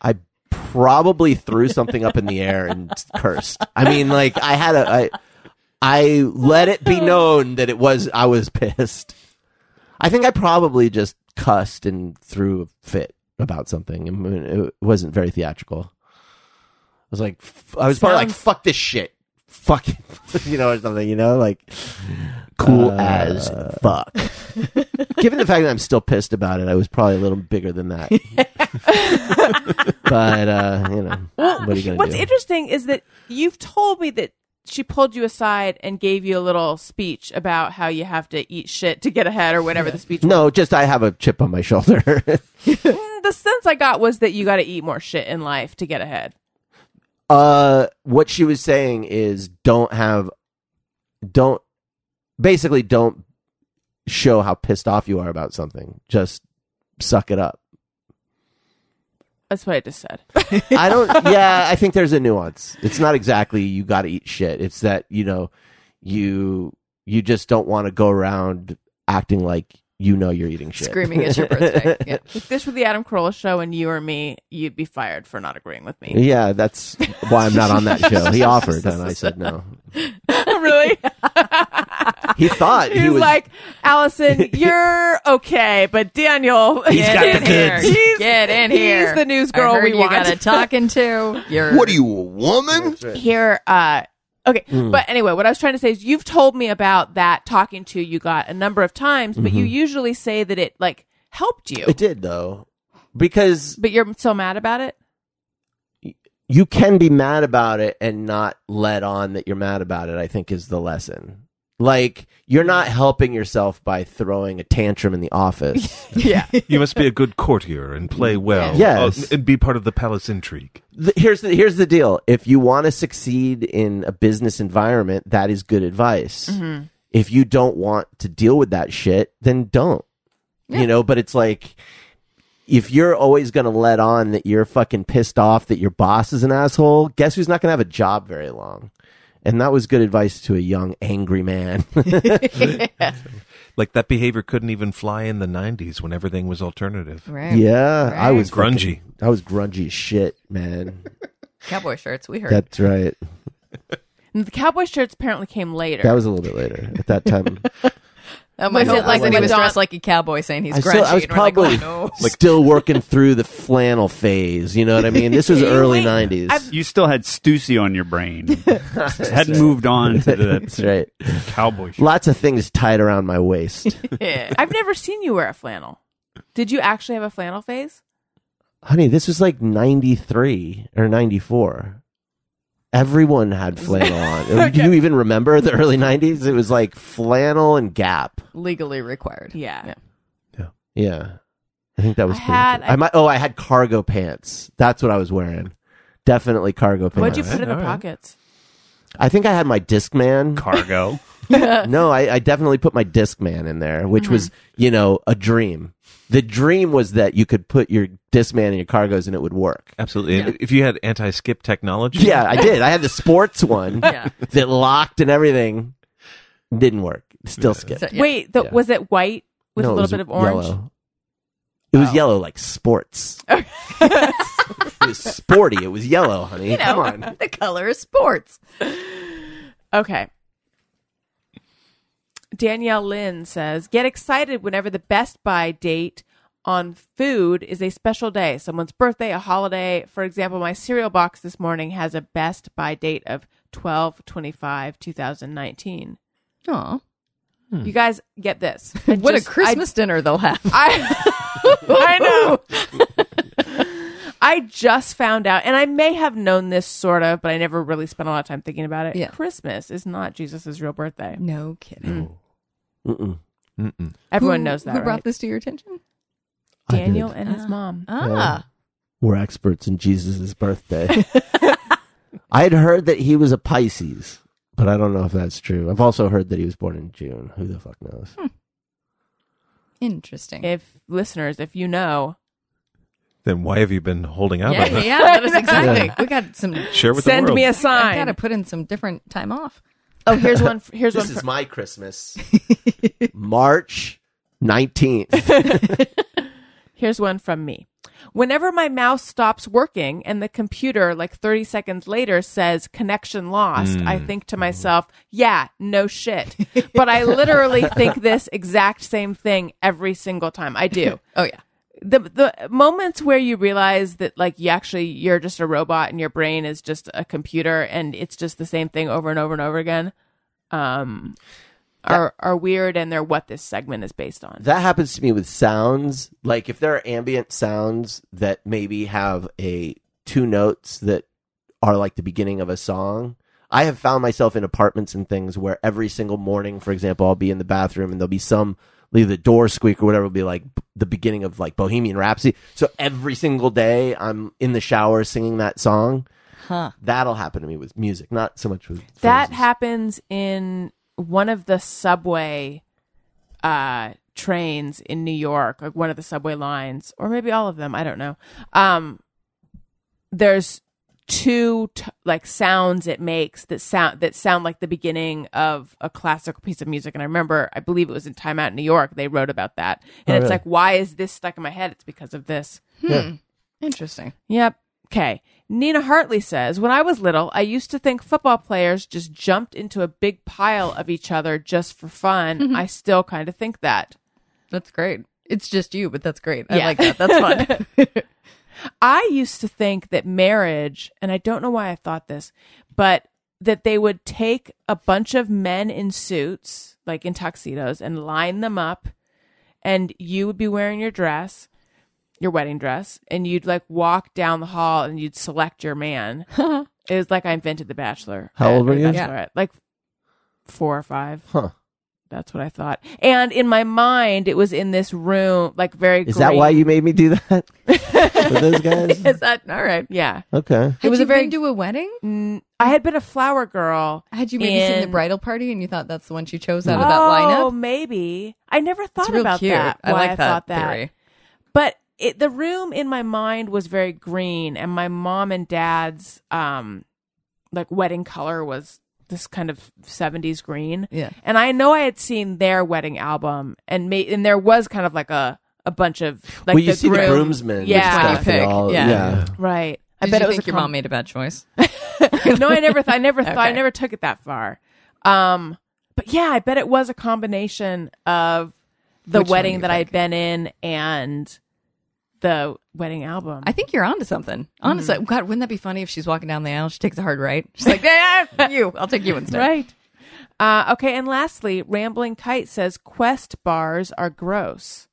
I probably threw something up in the air and cursed. I mean, like I had a, I, I let it be known that it was I was pissed. I think I probably just cussed and threw a fit about something. I mean, it wasn't very theatrical. I was like, f- I was probably like, Sounds- "Fuck this shit, fuck it," you know, or something. You know, like cool as fuck. Given the fact that I'm still pissed about it, I was probably a little bigger than that. but uh, you know, what are you gonna What's do? interesting is that you've told me that she pulled you aside and gave you a little speech about how you have to eat shit to get ahead or whatever the speech no, just I have a chip on my shoulder. Mm, the sense I got was that you got to eat more shit in life to get ahead. uh, what she was saying is don't have, don't, basically don't show how pissed off you are about something. Just suck it up. That's what I just said. I don't. Yeah, I think there's a nuance. It's not exactly you got to eat shit. It's that you know, you you just don't want to go around acting like you know you're eating shit. Screaming is your birthday. Yeah. if this were the Adam Carolla show and you or me, you'd be fired for not agreeing with me. Yeah, that's why I'm not on that show. He offered, and I said no. really? He thought He he was was like, Allison, you're okay, but Daniel, He's got get the in here. goods. He's- Get in he's here. the news I girl heard we you want. got a talking to. You're What are you, a woman? here uh okay Hmm. but anyway what i was trying to say is you've told me about that talking to you got a number of times but Mm-hmm. you usually say that it like helped you It did though, because but you're so mad about it you can be mad about it and not let on that you're mad about it. I think is the lesson. Like you're not helping yourself by throwing a tantrum in the office. yeah. You must be a good courtier and play well. Yes. uh, and be part of the palace intrigue. the, here's the here's the deal. If you want to succeed in a business environment, that is good advice. If you don't want to deal with that shit, then don't. You know, but it's like if you're always going to let on that you're fucking pissed off that your boss is an asshole, guess who's not going to have a job very long? And that was good advice to a young angry man. Like that behavior couldn't even fly in the '90s when everything was alternative. Right. yeah, I was Grungy. fucking- I was grungy as shit, man. Cowboy shirts. We heard. That's right. And the cowboy shirts apparently came later That was a little bit later. At that time, That might Was it help like when the he was Madon- dressed like a cowboy saying he's I, grungy. still, I was and we're like, probably oh, no. still working through the flannel phase. You know what I mean? This was early wait, '90s. You still had Stussy on your brain. Just hadn't moved on to That's the right. cowboy shirt. Lots of things tied around my waist. i've never seen you wear a flannel did you actually have a flannel phase Honey, this was like '93 or '94. Everyone had flannel on. Do you even remember the early '90s? It was like flannel and Gap. legally required. yeah, Yeah, I think that was. I pretty had- cool. I, might. Oh, I had cargo pants. That's what I was wearing. Definitely cargo pants. what'd you put in the All right. pockets I think I had my Discman. Cargo. no, I, I definitely put my disc man in there, which was, you know, a dream. The dream was that you could put your disc man in your cargos and it would work. Absolutely. And If you had anti-skip technology, Yeah, I did. I had the sports one Yeah. that locked and everything. Didn't work. Still skipped. So, yeah. wait the, Yeah. was it white with No, a it little was bit of orange Oh. Yellow. It was yellow like sports. it was sporty. It was yellow, honey. Come on. The color is sports. Okay. Danielle Lynn says, get excited whenever the Best Buy date on food is a special day, someone's birthday, a holiday. For example, my cereal box this morning has a Best Buy date of 12 25 2019. Aw. You guys get this. I Hmm. What just- a I- Christmas dinner they'll have. I, I know. I just found out, and I may have known this sort of, but I never really spent a lot of time thinking about it. Yeah. Christmas is not Jesus' real birthday. No kidding. Mm-mm. Everyone Who- knows that, Uh, Who right? brought this to your attention? I Daniel did. and his mom. Ah. We're experts in Jesus' birthday. I had heard that he was a Pisces, but I don't know if that's true. I've also heard that he was born in June. Who the fuck knows? Interesting. If listeners, if you know, Then why have you been holding out Yeah, on that? yeah, that is exactly. We got some. Share with Send the world. me a I got to sign. put in some different time off. Oh, here's one. f- Here's one. This for- is my Christmas. March 19th. Here's one from me. Whenever my mouse stops working and the computer, like 30 seconds later, says connection lost, I Hmm. think to myself, yeah, no shit. but I literally think this exact same thing every single time. I do. Oh yeah. the the moments where you realize that like you actually you're just a robot and your brain is just a computer and it's just the same thing over and over and over again um are are weird and they're what this segment is based on That happens to me with sounds. Like if there are ambient sounds that maybe have a two notes that are like the beginning of a song. I have found myself in apartments and things where every single morning, for example, I'll be in the bathroom and there'll be some leave the door squeak or whatever will be like b- the beginning of like Bohemian Rhapsody. So every single day I'm in the shower singing that song. Huh. That'll happen to me with music, not so much with that phrases. happens in one of the subway uh trains in New York, like one of the subway lines, or maybe all of them, I don't know. Um there's two t- like sounds it makes that sound that sound like the beginning of a classical piece of music and I remember I believe it was in Time Out in New York they wrote about that. And Oh, it's really? like why is this stuck in my head? It's because of this. Interesting. Yep. Okay. Nina Hartley says, When I was little, I used to think football players just jumped into a big pile of each other just for fun. I still kind of think that. That's great. It's just you, but that's great. I Yeah. like that. That's fun. I used to think that marriage, and I don't know why I thought this, but that they would take a bunch of men in suits, like in tuxedos, and line them up, and you would be wearing your dress, your wedding dress, and you'd like walk down the hall and you'd select your man. it was like I invented The Bachelor. How old were Uh, you? Bachelorette. Like four or five. Huh. That's what I thought. And in my mind, it was in this room, like very Is that why you made me do that? with those guys? Is that all right? Yeah. Okay. Had was a you very- been to a wedding? N- I had been a flower girl. Had you maybe seen the in- bridal party and you thought that's the one she chose out of that lineup? Oh, maybe. I never thought it's real about cute. that. I why like I that, thought that. theory. But it, the room in my mind was very green, and my mom and dad's um, like wedding color was this kind of seventies green. Yeah. And I know I had seen their wedding album, and ma- and there was kind of like a a bunch of like well, you the see the groom- groomsmen. Yeah. and stuff Which one you and pick, all- yeah. right. I Did bet you it was a think your com- mom made a bad choice. no, I never, th- I never thought, I Okay. never took it that far. Um, but yeah, I bet it was a combination of the Which one you wedding that I had pick? been in and the wedding album. I think you're onto something. Honestly, Mm. God, wouldn't that be funny if she's walking down the aisle? She takes a hard right. She's like, yeah, you. I'll take you instead. right. Uh, okay, and lastly, Rambling Kite says Quest bars are gross.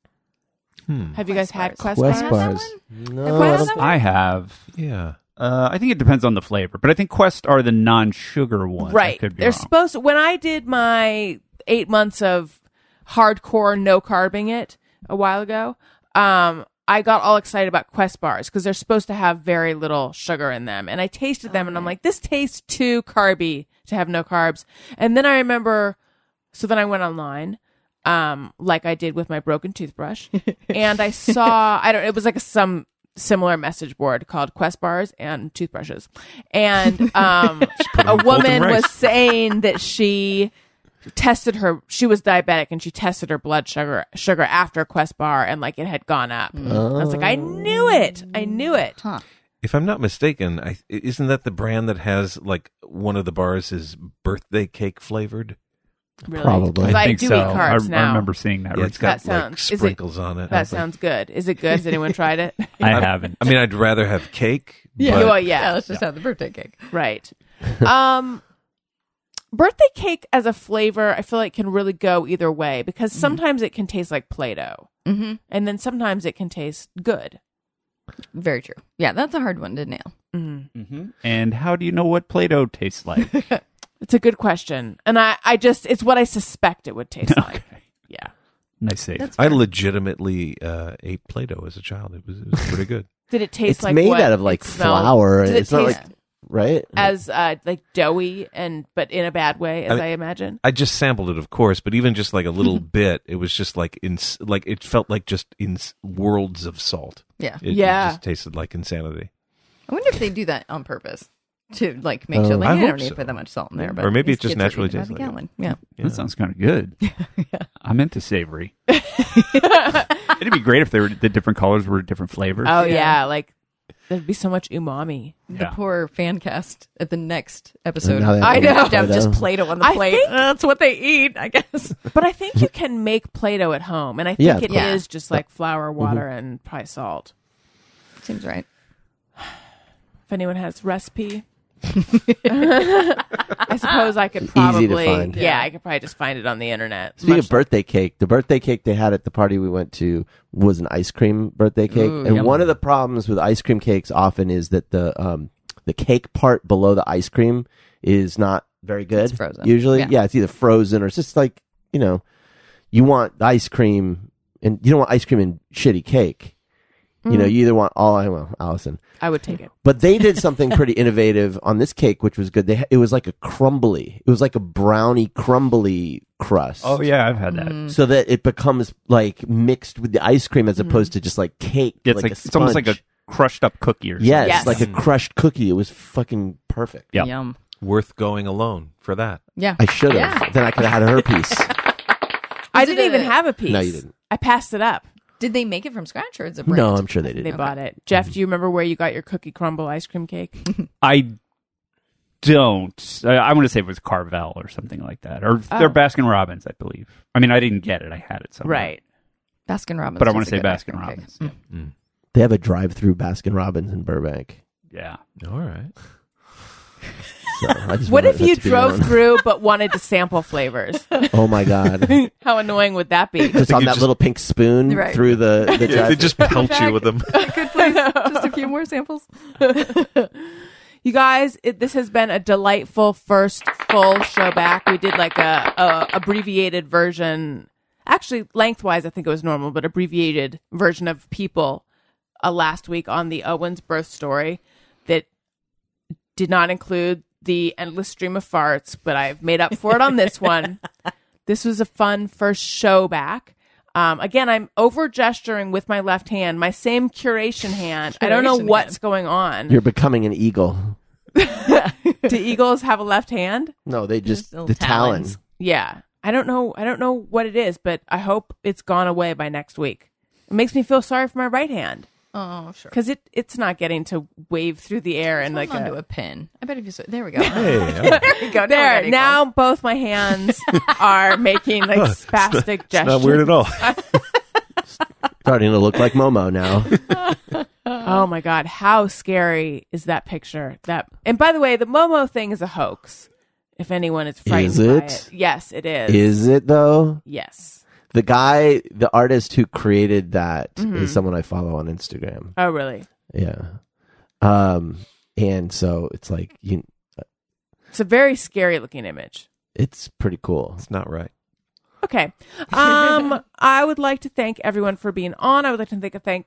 Have you guys had Quest, Hmm. Quest bars? bars. No, I Quest don't- bars? I have. Yeah. Uh, I think it depends on the flavor, but I think Quest are the non-sugar ones. I Right. could be They're wrong. supposed when I did my eight months of hardcore no carbing it a while ago, um, I got all excited about Quest bars because they're supposed to have very little sugar in them. And I tasted them and I'm like, this tastes too carby to have no carbs. And then I remember so then I went online, um, like I did with my broken toothbrush, and I saw I don't. It was like some similar message board called Quest Bars and toothbrushes, and um, a woman rice. was saying that she tested her she was diabetic and she tested her blood sugar sugar after quest bar and like it had gone up Mm. Oh, i was like i knew it i knew it If I'm not mistaken, I, isn't that the brand that has like one of the bars is birthday cake flavored? really Probably. 'Cause I I, think do so. eat carbs I, now I remember seeing that. Yeah, right. it's got That like sounds- is it- sprinkles on it. I that was like, sounds good is it good has anyone tried it I I'm- haven't. I mean, I'd rather have cake. You but- are- yeah. let's just have the birthday cake. Right. Um birthday cake as a flavor I feel like can really go either way because Mm-hmm. sometimes it can taste like play-doh hmm and then sometimes it can taste good. Very true. Yeah, that's a hard one to nail. Mhm. And how do you know what Play-Doh tastes like? It's a good question. And I I just it's what I suspect it would taste like. Yeah. nice save. I legitimately uh, ate Play-Doh as a child. It was, it was pretty good. Did it taste It's like made what out of, like, it smelled? flour. Does it It's not taste- right? as uh, like doughy and but in a bad way, as I, mean- imagine. I just sampled it, of course, but even just like a little bit, it was just like in like it felt like just in s- worlds of salt. Yeah. It- it Yeah. just tasted like insanity, I wonder if they do that on purpose to like make sure like Uh, I I, don't hope need to so. put that much salt in there, but Or maybe these it just kids are naturally eating by tastes the like it. gallon. Yeah. That sounds kind of good. I'm into savory. It'd be great if they were the different colors were different flavors. Oh Yeah. yeah, like there'd be so much umami. yeah. The poor fan cast at the next episode. now they have I to know. eat Have just Play-Doh. Play-Doh on the I plate. think- That's what they eat, I guess. But I think you can make Play-Doh at home, and I Yeah, Mm-hmm. think of it is course. just like flour, water, and probably salt. Seems right. If anyone has recipe, I suppose I could probably. Easy to find. Yeah, I could probably just find it on the internet. Speaking Much- of birthday cake, the birthday cake they had at the party we went to was an ice cream birthday cake, and one of the problems with ice cream cakes often is that the um, the cake part below the ice cream is not very good. It's frozen. Usually, yeah. Yeah. it's either frozen or it's just like you know, you want the ice cream, and you don't want ice cream in shitty cake. You Mm-hmm. know, you either want all I well, Allison. I would take it. But they did something pretty innovative on this cake, which was good. They, it was like a crumbly. It was like a brownie crumbly crust Oh yeah, I've had that. Mm. so that it becomes like mixed with the ice cream as Mm-hmm. opposed to just like cake. It's like, a it's almost like a sponge. crushed up cookie or something. yes, Yes. like a crushed cookie. It was fucking perfect. Yeah. Yum. worth going alone for that. Yeah. I should have. Yeah. Then I could have had her piece. I it didn't a- even have a piece. No, you didn't. I passed it up. Did they make it from scratch or is it brand? no, I'm sure they They didn't. Mm-hmm. bought it. Jeff, do you remember where you got your cookie crumble ice cream cake? I don't. I, I want to say it was Carvel or something like that, or Oh. they're Baskin Robbins, I believe. I mean, I didn't get it. I had it somewhere. right. Baskin Robbins. but I want does to a say good ice cream Baskin cake. Robbins. Hmm. They have a drive-through Baskin Robbins in Burbank. Yeah. All right. So I just What wanted if that you to be drove known. through but wanted to sample flavors? Oh my god! How annoying would that be? Just on you that just- little pink spoon Right. through the the They drive. just pelt you with them. Just a few more samples. You guys, it, this has been a delightful first full show back. We did like a, a abbreviated version, actually lengthwise. I think it was normal, but abbreviated version of people uh, last week on the Owens birth story that did not include the endless stream of farts, but I've made up for it on this one. This was a fun first show back. Um, again, I'm over gesturing with my left hand, my same curation hand. I don't know Curation what's going on. You're becoming an eagle. Do eagles have a left hand? No, they just Just little the talon. talons. Yeah. I don't know. I don't know what it is, but I hope it's gone away by next week. It makes me feel sorry for my right hand Oh, sure. because it, it's not getting to wave through the air and like Hold onto a- a pin. I bet if you sw- there we go. Hey, there we go. we got there. equal. Now both my hands are making like spastic gestures. not weird at all. Starting to look like Momo now. Oh my god, how scary is that picture? That and by the way, the Momo thing is a hoax. If anyone is frightened Is by it? it, yes, it is. Is it though? yes. the guy, the artist who created that is Mm-hmm. someone I follow on Instagram. Oh really? Yeah. Um, and so it's like you, It's a very scary looking image. it's pretty cool. It's not right. Okay. Um, I would like to thank everyone for being on. I would like to thank thank.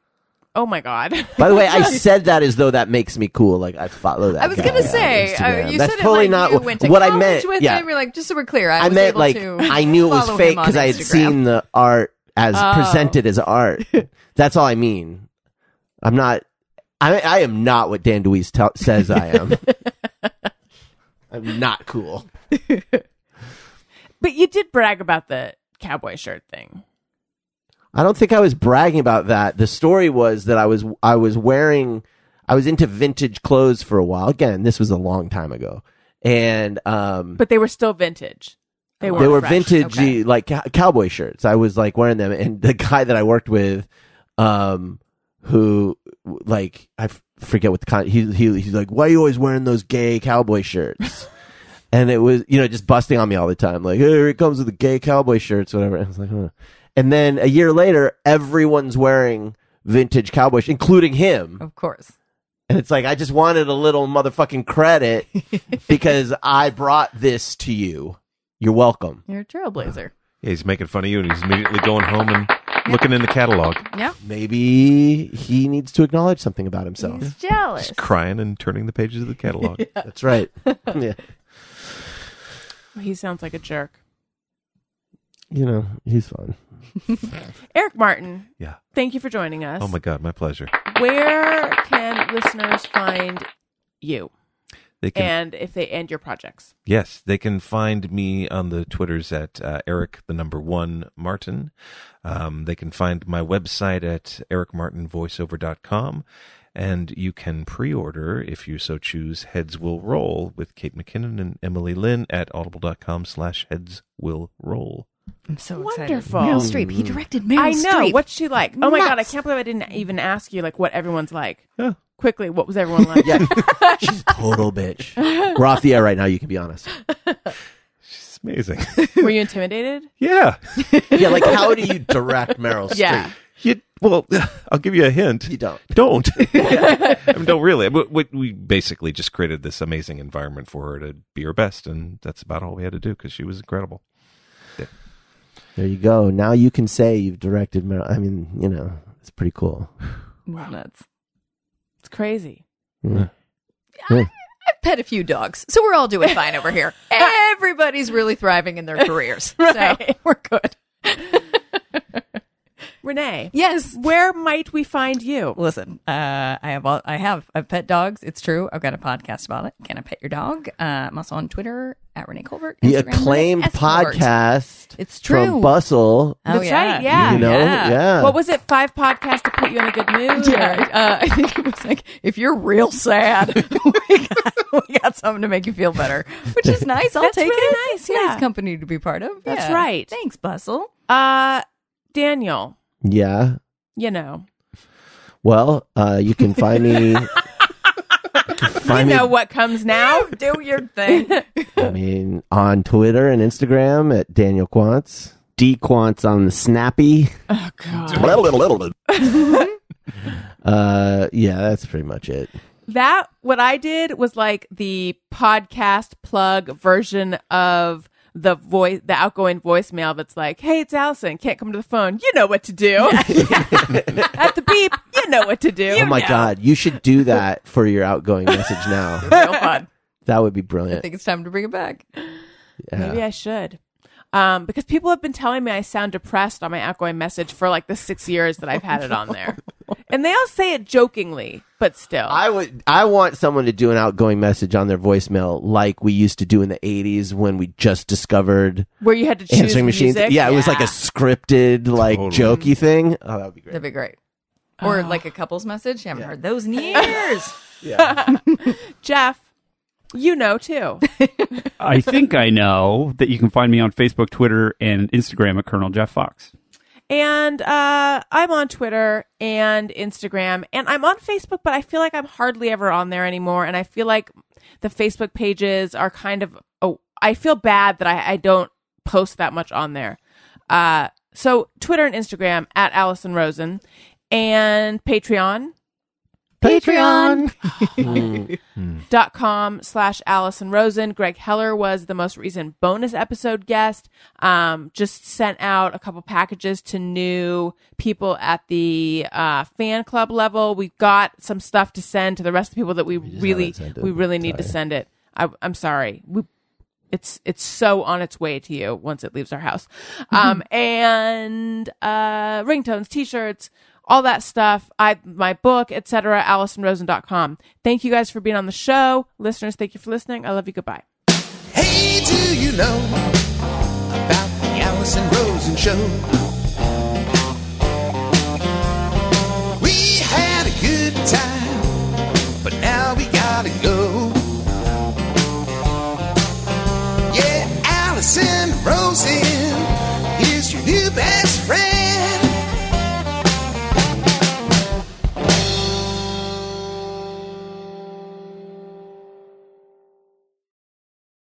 Oh my God. By the way, I said that as though that makes me cool. Like I follow that. I was guy gonna on say uh, Instagram. you That's said totally it like not you wh- went to what I college meant. With yeah, him. You're like just so we're clear. I, I was meant able like to I knew it was follow him fake on because I had Instagram. seen the art as Oh. presented as art. That's all I mean. I'm not. I I am not what Dan DeWeese tell says I am. I'm not cool. but you did brag about the cowboy shirt thing. I don't think I was bragging about that. The story was that I was I was wearing I was into vintage clothes for a while. Again, this was a long time ago, and um, But they were still vintage. They were they were fresh. vintage Okay. y- like cow- cowboy shirts. I was like wearing them, and the guy that I worked with, um, who like I f- forget what the con- he, he he's like, why are you always wearing those gay cowboy shirts? and it was you know just busting on me all the time, like here it comes with the gay cowboy shirts, whatever. And I was like, huh. and then a year later, everyone's wearing vintage cowboy, sh- including him. Of course. And it's like I just wanted a little motherfucking credit because I brought this to you. You're welcome. You're a trailblazer. Yeah, he's making fun of you, and he's immediately going home and looking in the catalog, Maybe he needs to acknowledge something about himself. Jealous. crying and turning the pages of the catalog. That's right. yeah. He sounds like a jerk. You know, he's fun. Eric Martin, Yeah. thank you for joining us. Oh my God, my pleasure. Where can listeners find you They can and if they and your projects? Yes, they can find me on the Twitters at uh, Eric the number one Martin. Um, they can find my website at ericmartinvoiceover.com. And you can pre order, if you so choose, Heads Will Roll with Kate McKinnon and Emily Lynn at audible.com slash heads will roll. I'm so Wonderful. excited. Meryl Streep. He directed Meryl I know. Streep. What's she like? Oh my god, I Nuts. can't believe I didn't even ask you like what everyone's like. Yeah. Quickly, what was everyone like? Yeah. She's a total bitch. We're off the air right now, you can be honest. She's amazing. Were you intimidated? yeah. Yeah, like how do you direct Meryl Streep? Yeah. You, well, I'll give you a hint. You don't. Don't. I mean, don't really. But we, we basically just created this amazing environment for her to be her best, and that's about all we had to do because she was incredible. There you go. Now you can say you've directed Meryl. I mean, you know, it's pretty cool. Walnuts. It's crazy. Yeah. I've pet a few dogs, so we're all doing fine over here. Everybody's really thriving in their careers, so Right. we're good. Renee, Yes. where might we find you? Listen, uh, I have all, I have I've pet dogs. It's true. I've got a podcast about it. Can I pet your dog? Uh, I'm also on Twitter at Renee Colbert. The Instagram, Renee acclaimed S. Colbert. podcast It's from true. Bustle. Oh, That's yeah. right, yeah. you know, yeah. What was it? Five podcasts to put you in a good mood? Yeah, uh, I think it was like if you're real sad, we, got, we got something to make you feel better, which is nice. I'll That's take really it. nice, It's nice yeah. company to be part of. That's Yeah. right. Thanks, Bustle. Uh Daniel, yeah. you know. Well, uh, you can find me. You find know me, what comes now? Do your thing. I mean, on Twitter and Instagram at Daniel Quants, D Quants on the Snappy. Oh god. Uh, yeah, that's pretty much it. that what I did was like the podcast plug version of the voice the outgoing voicemail that's like, Hey, it's Allison, can't come to the phone. You know what to do. At the beep, you know what to do. oh my God, you should do that for your outgoing message now. Real fun. that would be I brilliant. think it's time to bring it back. Yeah. Maybe I should. Um, because people have been telling me I sound depressed on my outgoing message for like the six years that I've had it on there. and they all say it jokingly, but still. I would. I want someone to do an outgoing message on their voicemail, like we used to do in the '80s when we just discovered where you had to choose answering machines. music. Yeah, it was like a scripted, like Totally. jokey thing. Oh, that would be great. That'd be great. Oh. Or like a couple's message. You haven't heard those in years. Jeff, you know too. I think I know that you can find me on Facebook, Twitter, and Instagram at Colonel Jeff Fox. and uh, I'm on Twitter and Instagram, and I'm on Facebook, but I feel like I'm hardly ever on there anymore. And I feel like the Facebook pages are kind of. Oh, I feel bad that I, I don't post that much on there. Uh, so Twitter and Instagram at Allison Rosen, and Patreon Patreon. dot com slash Allison Rosen. Greg Heller was the most recent bonus episode guest. Um, just sent out a couple packages to new people at the uh, fan club level. We've got some stuff to send to the rest of the people that we, really haven't sent it. we really need to Sorry. send it. I, I'm sorry. We it's it's so on its way to you once it leaves our house um and uh ringtones t-shirts all that stuff i my book etc allisonrosen.com thank you guys for being on the show listeners thank you for listening i love you goodbye Hey, do you know about the Allison Rosen show? We had a good time, but now we gotta go. Yeah, Allison Rosen